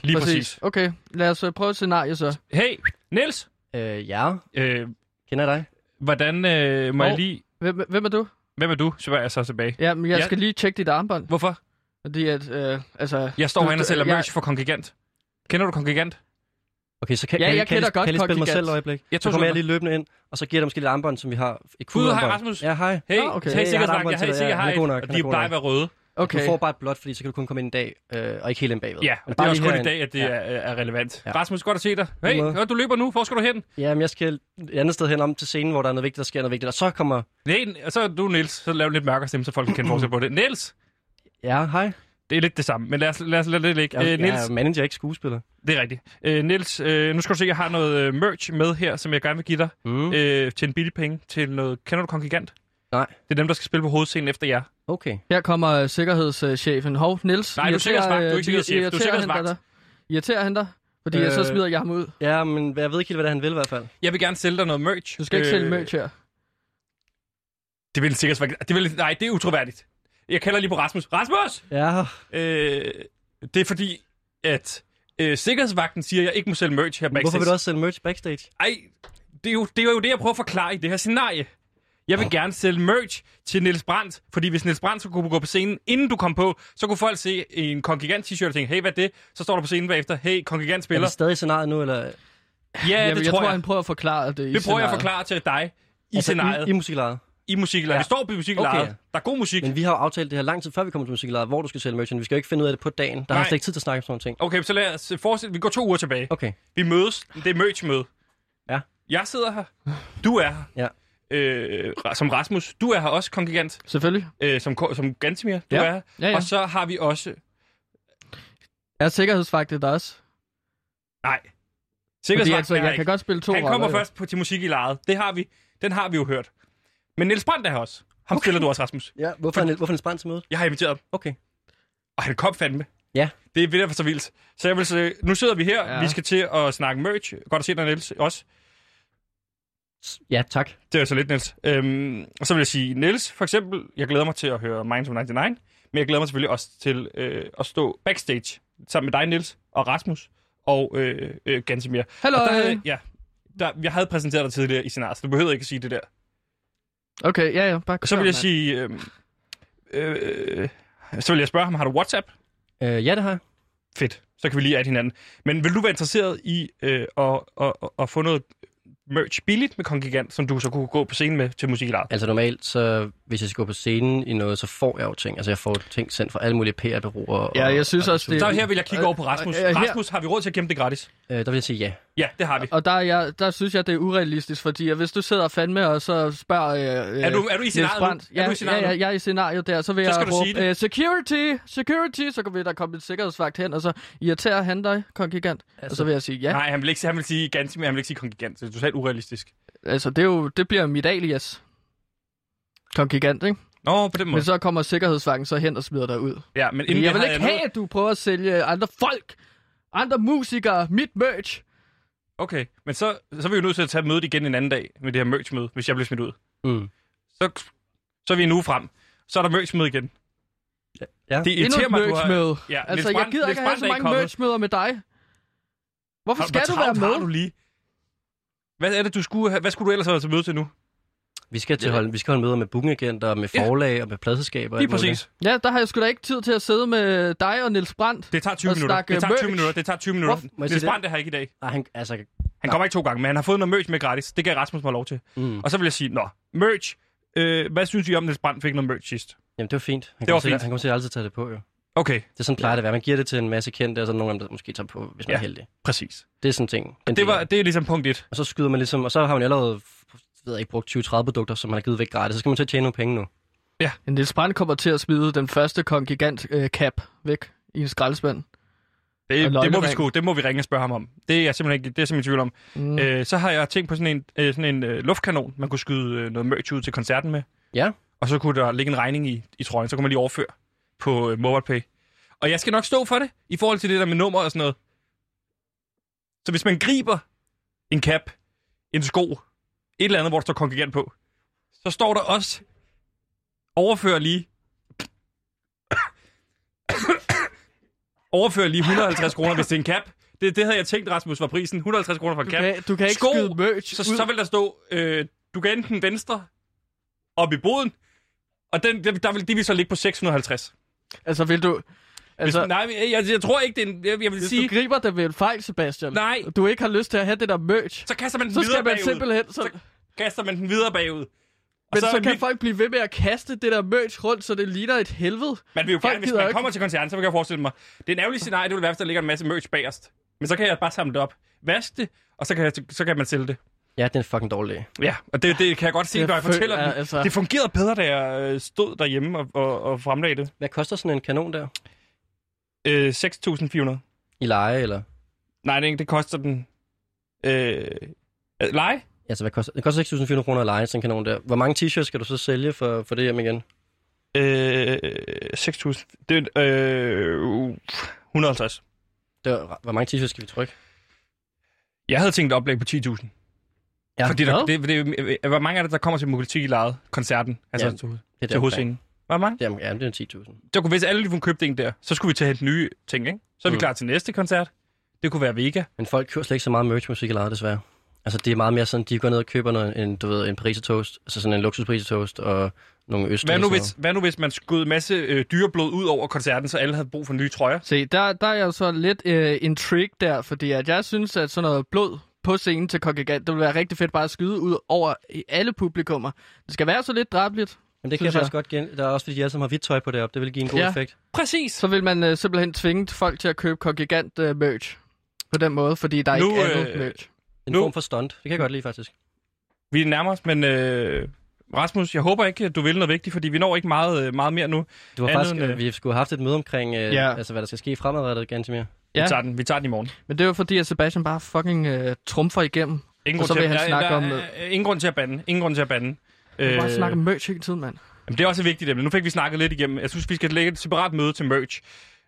S2: Okay, lad os øh, prøve et scenarie så.
S1: Hey, Niels.
S5: Øh, ja.
S1: Øh,
S5: Kender jeg dig?
S1: Hvordan øh, må
S2: Hov,
S1: jeg lige...
S2: Hvem, hvem er du?
S1: Hvem er du? Spørger jeg så tilbage.
S2: Ja, men jeg
S1: Ja.
S2: skal lige tjekke dit armbånd.
S1: Hvorfor?
S2: Fordi at, øh, altså...
S1: Jeg står
S2: du-
S1: herinde og
S2: du-
S1: sælger
S2: jeg-
S1: merch for Kongigant. Kender du Kongigant?
S5: Okay, så kan,
S2: Ja,
S5: kan,
S2: jeg
S5: kan,
S2: kender
S5: kan,
S2: godt
S5: kan jeg lige spille mig
S2: Kongigant.
S5: selv et øjeblik?
S1: Jeg tog
S5: Jeg tror, så kommer jeg
S1: sådan-
S5: lige løbende ind, og så giver jeg dem måske lidt armbånd, som vi har et
S1: Gud, hej
S5: kuglearmbånd.
S1: Rasmus.
S5: Ja,
S1: Hey,
S5: hej. Ah,
S1: tag
S5: Hey, jeg har et
S1: sikkerhedsvagt.
S5: armbånd
S1: Jeg
S5: til
S1: har
S5: dig.
S1: sikker, jeg har
S5: Han er god nok,
S1: ikke. Og
S5: han
S1: de
S5: er god
S1: plejer at
S5: nok.
S1: være røde.
S2: Okay.
S5: Du får bare et blåt, fordi så kan du kun komme ind en dag, øh, og ikke hele en bagved.
S1: Ja,
S5: Men
S1: og det er også
S5: lige
S1: kun i
S5: herinde.
S1: dag, at det er, er relevant.
S5: Ja.
S1: Rasmus, godt at se dig. Hey,
S5: måde.
S1: nå, du løber nu. Hvor skal du hen?
S5: Ja, men jeg skal et andet sted hen om til scenen, hvor der er noget vigtigt, der sker noget vigtigt, og så kommer...
S1: Nej, og så er du Niels. Så lav lidt mørkere stemme, så folk kan kende forskel på det. Niels!
S5: Ja, hej.
S1: Det er lidt det samme, men lad os lad os lade det ligge.
S5: Jeg,
S1: Øh,
S5: øh, jeg er manager, ikke skuespiller.
S1: Det er rigtigt. Øh, Niels, øh, nu skal du se, jeg har noget øh, merch med her, som jeg gerne vil give dig
S5: mm.
S1: øh, til en billig penge. Til noget, kender du Kongigant?
S5: Nej.
S1: Det er dem, der skal spille på hovedscenen efter jer.
S5: Okay.
S2: Her kommer øh, sikkerhedschefen. Hov, Niels.
S1: Nej, du er
S2: irriterer,
S1: sikkerhedsvagt. Du er
S2: øh,
S1: ikke sikkerhedschef. Du er
S2: irriterer han dig
S1: sikkerhedsvagt.
S2: der? Irriterer han dig? Fordi øh... så smider jeg ham ud.
S5: Ja, men jeg ved ikke helt, hvad det er, han vil i hvert fald.
S1: Jeg vil gerne sælge dig noget merch. Øh,
S2: Du skal ikke sælge merch her.
S1: Det vil sikkert være... Det vil, nej, det er utroværdigt. Jeg kalder lige på Rasmus. Rasmus!
S5: Ja.
S1: Øh, det er fordi, at øh, sikkerhedsvagten siger, at jeg ikke må sælge merch her
S5: Men
S1: backstage.
S5: Hvorfor vil du også sælge merch backstage?
S1: Ej, det er, jo, det er jo det, jeg prøver at forklare i det her scenarie. Jeg vil gerne sælge merch til Niels Brandt, fordi hvis Niels Brandt skulle kunne gå på scenen, inden du kom på, så kunne folk se en kongigant t-shirt og tænke, hey, hvad er det? Så står du på scenen bagefter, hey, kongigant
S5: Er
S1: spiller.
S5: vi stadig i scenariet nu, eller?
S1: Ja,
S2: Jamen,
S1: det
S2: jeg
S1: tror
S2: tror,
S1: jeg.
S2: han prøver at forklare det i
S1: Det prøver jeg at
S2: scenariet.
S1: forklare til dig i
S5: Altså, i-
S1: scenariet.
S5: i musiklejet?
S1: I musiklejet. Ja. Vi står på musiklejet.
S5: Okay.
S1: Okay. Der er god musik.
S5: Men vi har jo aftalt det her lang tid før vi kommer til musiklejet, hvor du skal sælge merchen. Vi skal jo ikke finde ud af det på dagen. Der Nej.
S1: Nej.
S5: har slet ikke tid til at snakke om sådan nogle ting.
S1: Okay, så lad os fortsætte. Vi går to uger tilbage.
S5: Okay.
S1: Vi mødes. Det er merch-møde.
S5: Ja.
S1: Jeg sidder her. Du er her.
S5: Ja.
S1: Øh, ra- som Rasmus. Du er her også, kongigant.
S2: Selvfølgelig.
S1: Øh, som, ko- som Gantemir. Du
S2: Ja.
S1: er her.
S2: Ja, ja.
S1: Og så har vi også...
S2: Jeg er sikkerhedsvagt der også.
S1: Nej.
S2: Fordi,
S1: Sikkerhedsvagt
S2: altså,
S1: er her
S2: jeg
S1: ikke.
S2: kan godt spille to
S1: Han kommer
S2: roller, jo.
S1: først på, til musik i lejet. Det har vi. Den har vi jo hørt. Men Niels Brandt er her også. Ham okay. spiller du også, Rasmus.
S5: Ja, hvorfor, er Niels- hvorfor er Niels Brandt til møde?
S1: Jeg har inviteret ham.
S5: Okay.
S1: Og han kom fandme.
S5: Ja.
S1: Det er vildt for så vildt. Så jeg vil sige, nu sidder vi her.
S5: Ja.
S1: Ja. Vi skal til at snakke merch. Godt at se dig, Niels, også.
S5: Ja, tak.
S1: Det er så lidt, Niels. Øhm, og så vil jeg sige, Niels, for eksempel, jeg glæder mig til at høre Minds of 99, men jeg glæder mig selvfølgelig også til øh, at stå backstage sammen med dig, Niels, og Rasmus, og øh, øh, Gansimir.
S2: Hallo!
S1: Og der havde- Ja, der, jeg havde præsenteret dig tidligere i scenariet, så du behøver ikke at sige det der.
S2: Okay, ja, ja. Bare
S1: Og så vil
S2: kør,
S1: jeg
S2: mand.
S1: sige... Øh, øh, så vil jeg spørge ham, har du WhatsApp?
S5: Øh, ja, det har jeg.
S1: Fedt. Så kan vi lige adde hinanden. Men vil du være interesseret i øh, at, at, at, at få noget merch billigt med Kongigant, som du så kunne gå på scenen med til musiklejet?
S5: Altså normalt, så hvis jeg skal gå på scenen i noget, så får jeg jo ting. Altså jeg får ting sendt fra alle mulige PR-byråer.
S2: Ja, jeg synes også, det
S1: Så her vil jeg kigge over på Rasmus.
S2: Øh, øh, her- Øh,
S1: Rasmus, har vi råd til at gemme det gratis?
S5: Øh, der vil jeg sige ja.
S1: Ja, det har vi.
S2: Og der, er jeg, der synes jeg, det er urealistisk, fordi at hvis du sidder fandme og så spørger... Øh,
S1: Er du- er du i
S2: Niels
S1: scenariet nu?
S2: Brandt,
S1: Er
S2: ja,
S1: du i scenariet
S2: ja,
S1: nu?
S2: ja, jeg er i scenariet der, så vil
S1: Så skal
S2: jeg
S1: du sige
S2: råbe,
S1: det.
S2: øh, security, security, så kan vi der komme en sikkerhedsvagt hen, og så irriterer han dig, kongigant, altså, og så vil jeg sige ja.
S1: Nej, han vil ikke, han vil sige ganske, han vil ikke sige Kongigant. Det er totalt urealistisk.
S2: Altså, det, er jo, det bliver mit alias. Kongigant, ikke?
S1: Nå, på den måde.
S2: Men så kommer sikkerhedsvagten så hen og smider dig ud.
S1: Ja, men
S2: Fordi
S1: inden
S2: jeg
S1: det
S2: vil
S1: havde
S2: ikke
S1: jeg
S2: have, at du prøver at sælge andre folk, andre musikere, mit merch.
S1: Okay, men så, så er vi jo nødt til at tage mødet igen en anden dag med det her merch-møde, hvis jeg bliver smidt ud.
S5: Mm.
S1: Så, så er vi en uge frem. Så er der merch-møde igen.
S5: Ja.
S1: Det
S2: Endnu
S1: irriterer
S2: et
S1: mig, du har-
S2: merch-møde.
S1: Ja, Niels
S2: altså, jeg
S1: Brandt-
S2: gider
S1: Niels
S2: ikke have
S1: Brandt
S2: så
S1: er ikke
S2: mange
S1: kommet.
S2: merch-møder med dig. Hvorfor
S1: Har-
S2: skal
S1: hvor
S2: du være
S1: travlt Har
S2: med?
S1: du lige? Hvad er det, du skulle have? Hvad skulle du ellers have været til møde til nu?
S5: Vi skal, til holde, vi skal holde møder med bookingagenter, med forlag og med pladselskaber. og
S1: Lige
S5: alt muligt.
S1: præcis.
S2: Ja, der har jeg sgu da ikke tid til at sidde med dig og Niels Brandt.
S1: Det tager 20
S2: og
S1: minutter.
S2: snakke
S1: Det tager 20
S2: merch.
S1: minutter. Det tager 20 minutter.
S2: Hvorfor-
S5: Må jeg
S1: Niels
S5: sige det?
S1: Brandt er her ikke i dag.
S5: Nej, han, altså,
S1: Han kommer ikke to gange, men han har fået noget merch med gratis. Det gav Rasmus mig lov til.
S5: Mm.
S1: Og så vil jeg sige, nå, merch. Øh, hvad synes I om, at Niels Brandt fik noget merch sidst?
S5: Jamen, det var fint. Han
S1: Det var
S5: kommer til-
S1: fint.
S5: Han kommer til altid at tage det på, jo.
S1: Okay.
S5: Det er sådan plejer det at være. Man giver det til en masse kendte, og så er der nogen, af dem, der måske tager på, hvis man
S1: Ja,
S5: er heldig.
S1: Præcis.
S5: Det er sådan en ting. Den
S1: Det, var,
S5: del.
S1: det er ligesom punkt et.
S5: Og så skyder man ligesom, og så har man allerede f- ved jeg ikke, brugt 20-30 produkter, som man har givet væk gratis. Så skal man til at tjene nogle penge nu.
S1: Ja.
S2: En Niels Brandt kommer til at smide den første Kong Gigant øh, cap væk i en skraldespand.
S1: Det,
S2: Og
S1: det, må vi
S2: løgnering.
S1: sgu, det må vi ringe og spørge ham om. Det er jeg simpelthen ikke, det er jeg simpelthen i tvivl om.
S2: Mm.
S1: Mm. Øh, så har jeg tænkt på sådan en, øh, sådan en øh, luftkanon, man kunne skyde øh, noget merch ud til koncerten med.
S5: Ja.
S1: Og så kunne der ligge en regning i, i trøjen, så kunne man lige overføre på øh, MobilePay. Og jeg skal nok stå for det, i forhold til det der med nummer og sådan noget. Så hvis man griber en cap, en sko, et eller andet, hvor der står kongregant på, så står der også, overfør lige, <coughs> overfør lige 150 kroner, hvis det er en cap. Det, det havde jeg tænkt, Rasmus, var prisen. 150 kroner for en
S2: Du
S1: cap.
S2: kan- du kan ikke
S1: sko,
S2: skyde merch
S1: så,
S2: ud.
S1: så vil der stå, øh, du kan enten venstre op i boden, og den, der, der vil, de vil så ligge på 650.
S2: Altså, vil du...
S1: Altså, Hvis, nej, jeg, jeg, jeg tror ikke, det er en, jeg, jeg vil
S2: Hvis
S1: sige...
S2: du griber det ved en fejl, Sebastian,
S1: Nej.
S2: og du ikke har lyst til at have det der merch,
S1: så kaster man den
S2: så
S1: videre
S2: skal man
S1: bagud.
S2: simpelthen... Så,
S1: så kaster man den videre bagud. Og
S2: men så,
S1: er
S2: så kan
S1: mit-
S2: folk blive ved med at kaste det der merch rundt, så det ligner et helvede.
S1: Man vil jo
S2: Folk
S1: gerne, hvis
S2: gider
S1: man
S2: ikke.
S1: kommer til koncerten, så kan jeg forestille mig, det er en ærgerlig scenarie, det vil være, hvis der ligger en masse merch bagerst. Men så kan jeg bare samle det op, vaske det, og så kan, jeg, så kan man sælge det.
S5: Ja, det er en fucking dårlig idé.
S1: Ja, og det, det kan jeg godt se,
S5: Det
S1: når jeg
S5: føl-
S1: fortæller
S5: ja,
S1: det.
S5: altså-
S1: Altså... Det fungerede bedre, da jeg øh, stod derhjemme og, og, og fremlagde det.
S5: Hvad koster sådan en kanon der?
S1: Øh, 6.400.
S5: I leje, eller?
S1: Nej, det, det koster den... Øh, øh, leje?
S5: Altså, hvad koster, det koster 6.400 kroner at lege sådan en kanon der. Hvor mange t-shirts skal du så sælge for, for det hjem igen?
S1: Øh, 6.000. Det er... Øh, uh, 150.
S5: Det var, hvor mange t-shirts skal vi trykke?
S1: Jeg havde tænkt oplæg på 10.000.
S5: Ja,
S1: Fordi
S5: hvad?
S1: der, det, det, øh, hvor mange er det, der kommer til Mobility lejet koncerten? Altså
S5: Ja,
S1: ja,
S5: det er
S1: til,
S5: der
S1: til hovedscenen. Hvor mange?
S5: Jamen, ja, det er 10.000.
S1: Så kunne, hvis alle de kunne købe en der, så skulle vi tage et nye ting, ikke? Så er vi
S5: Mm.
S1: klar til næste koncert. Det kunne være Vega.
S5: Men folk kører slet ikke så meget merch-musik eller desværre. Altså, det er meget mere sådan, de går ned og køber noget, en, du ved, en prisetoast, altså sådan en luksusprisetoast og nogle øster.
S1: Hvad nu, hvis, hvad nu hvis man skød en masse øh, dyreblod ud over koncerten, så alle havde brug for nye trøjer?
S2: Se, der, der er jeg jo så lidt øh, intrigue der, fordi at jeg synes, at sådan noget blod på scenen til Kongregant, det ville være rigtig fedt bare at skyde ud over i alle publikummer. Det skal være så lidt drabeligt.
S5: Jamen, det kan jeg
S2: synes
S5: faktisk godt gen... Der er også, fordi de alle sammen har hvidt tøj på deroppe. Det vil give en god
S2: Ja.
S5: effekt.
S1: Præcis.
S2: Så vil man øh, simpelthen tvinge folk til at købe Kongregant øh, merch på den måde, fordi der nu,
S1: Nu,
S2: ikke er noget
S1: øh,
S2: merch.
S5: En
S1: Nu-
S5: form for stunt. Det kan jeg godt lide, faktisk.
S1: Vi nærmer os, men øh, Rasmus, jeg håber ikke, at du vil noget vigtigt, fordi vi når ikke meget, øh, meget mere nu.
S5: Du har
S1: Andet
S5: faktisk,
S1: end, øh,
S5: øh, vi skulle have haft et møde omkring, øh,
S2: Ja.
S5: ja. altså, hvad der skal ske fremadrettet, Gantemir.
S1: vi,
S2: Ja.
S1: tager den, vi tager den i morgen.
S2: Men det er jo fordi, at Sebastian bare fucking øh, trumfer igennem.
S1: Ingen
S2: og så
S1: grund,
S2: vil
S1: til at,
S2: han
S1: der-
S2: snakke
S1: der,
S2: om... Øh,
S1: er ingen grund til at bande. Ingen grund til at bande.
S2: øh, bare snakke om merch hele tiden, mand.
S1: Jamen, det er også et vigtigt emne. Nu fik vi snakket lidt igennem. Jeg synes, vi skal lægge et separat møde til merch.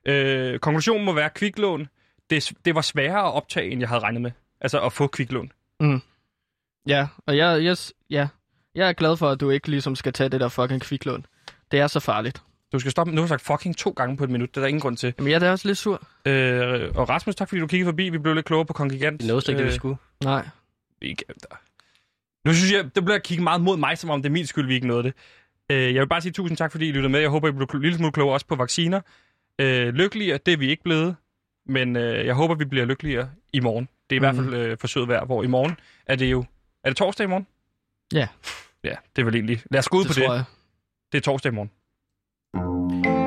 S1: Øh, konklusionen må være, at kviklån, det, det var sværere at optage, end jeg havde regnet med. Altså at få kviklån.
S2: Mm. Ja, og jeg, jeg, s- ja. jeg er glad for, at du ikke ligesom skal tage det der fucking kviklån. Det er så farligt.
S1: Du skal stoppe. Nu har jeg sagt fucking to gange på et minut. Det er der ingen grund til.
S2: Jamen, jeg er da også lidt sur.
S1: Øh, og Rasmus, tak fordi du kiggede forbi. Vi blev lidt klogere på Kongigant.
S5: Det nåede slet ikke, det vi
S1: Øh,
S5: skulle.
S2: Nej.
S1: ikke, der. Nu synes jeg, det bliver kigget meget mod mig, som om det er min skyld, vi ikke nåede det. Øh, jeg vil bare sige tusind tak, fordi I lyttede med. Jeg håber, I blev en lille smule klogere også på vacciner. Øh, lykkeligere, det er vi ikke blevet. Men øh, jeg håber, vi bliver lykkeligere i morgen. Det er i hvert
S2: Mhm.
S1: fald øh, forsøget værd, hvor i morgen er det jo... Er det torsdag i morgen?
S2: Ja.
S1: Ja, det er vel egentlig... Lad os gå ud
S2: Det
S1: på
S2: tror
S1: det.
S2: jeg.
S1: Det er torsdag i morgen.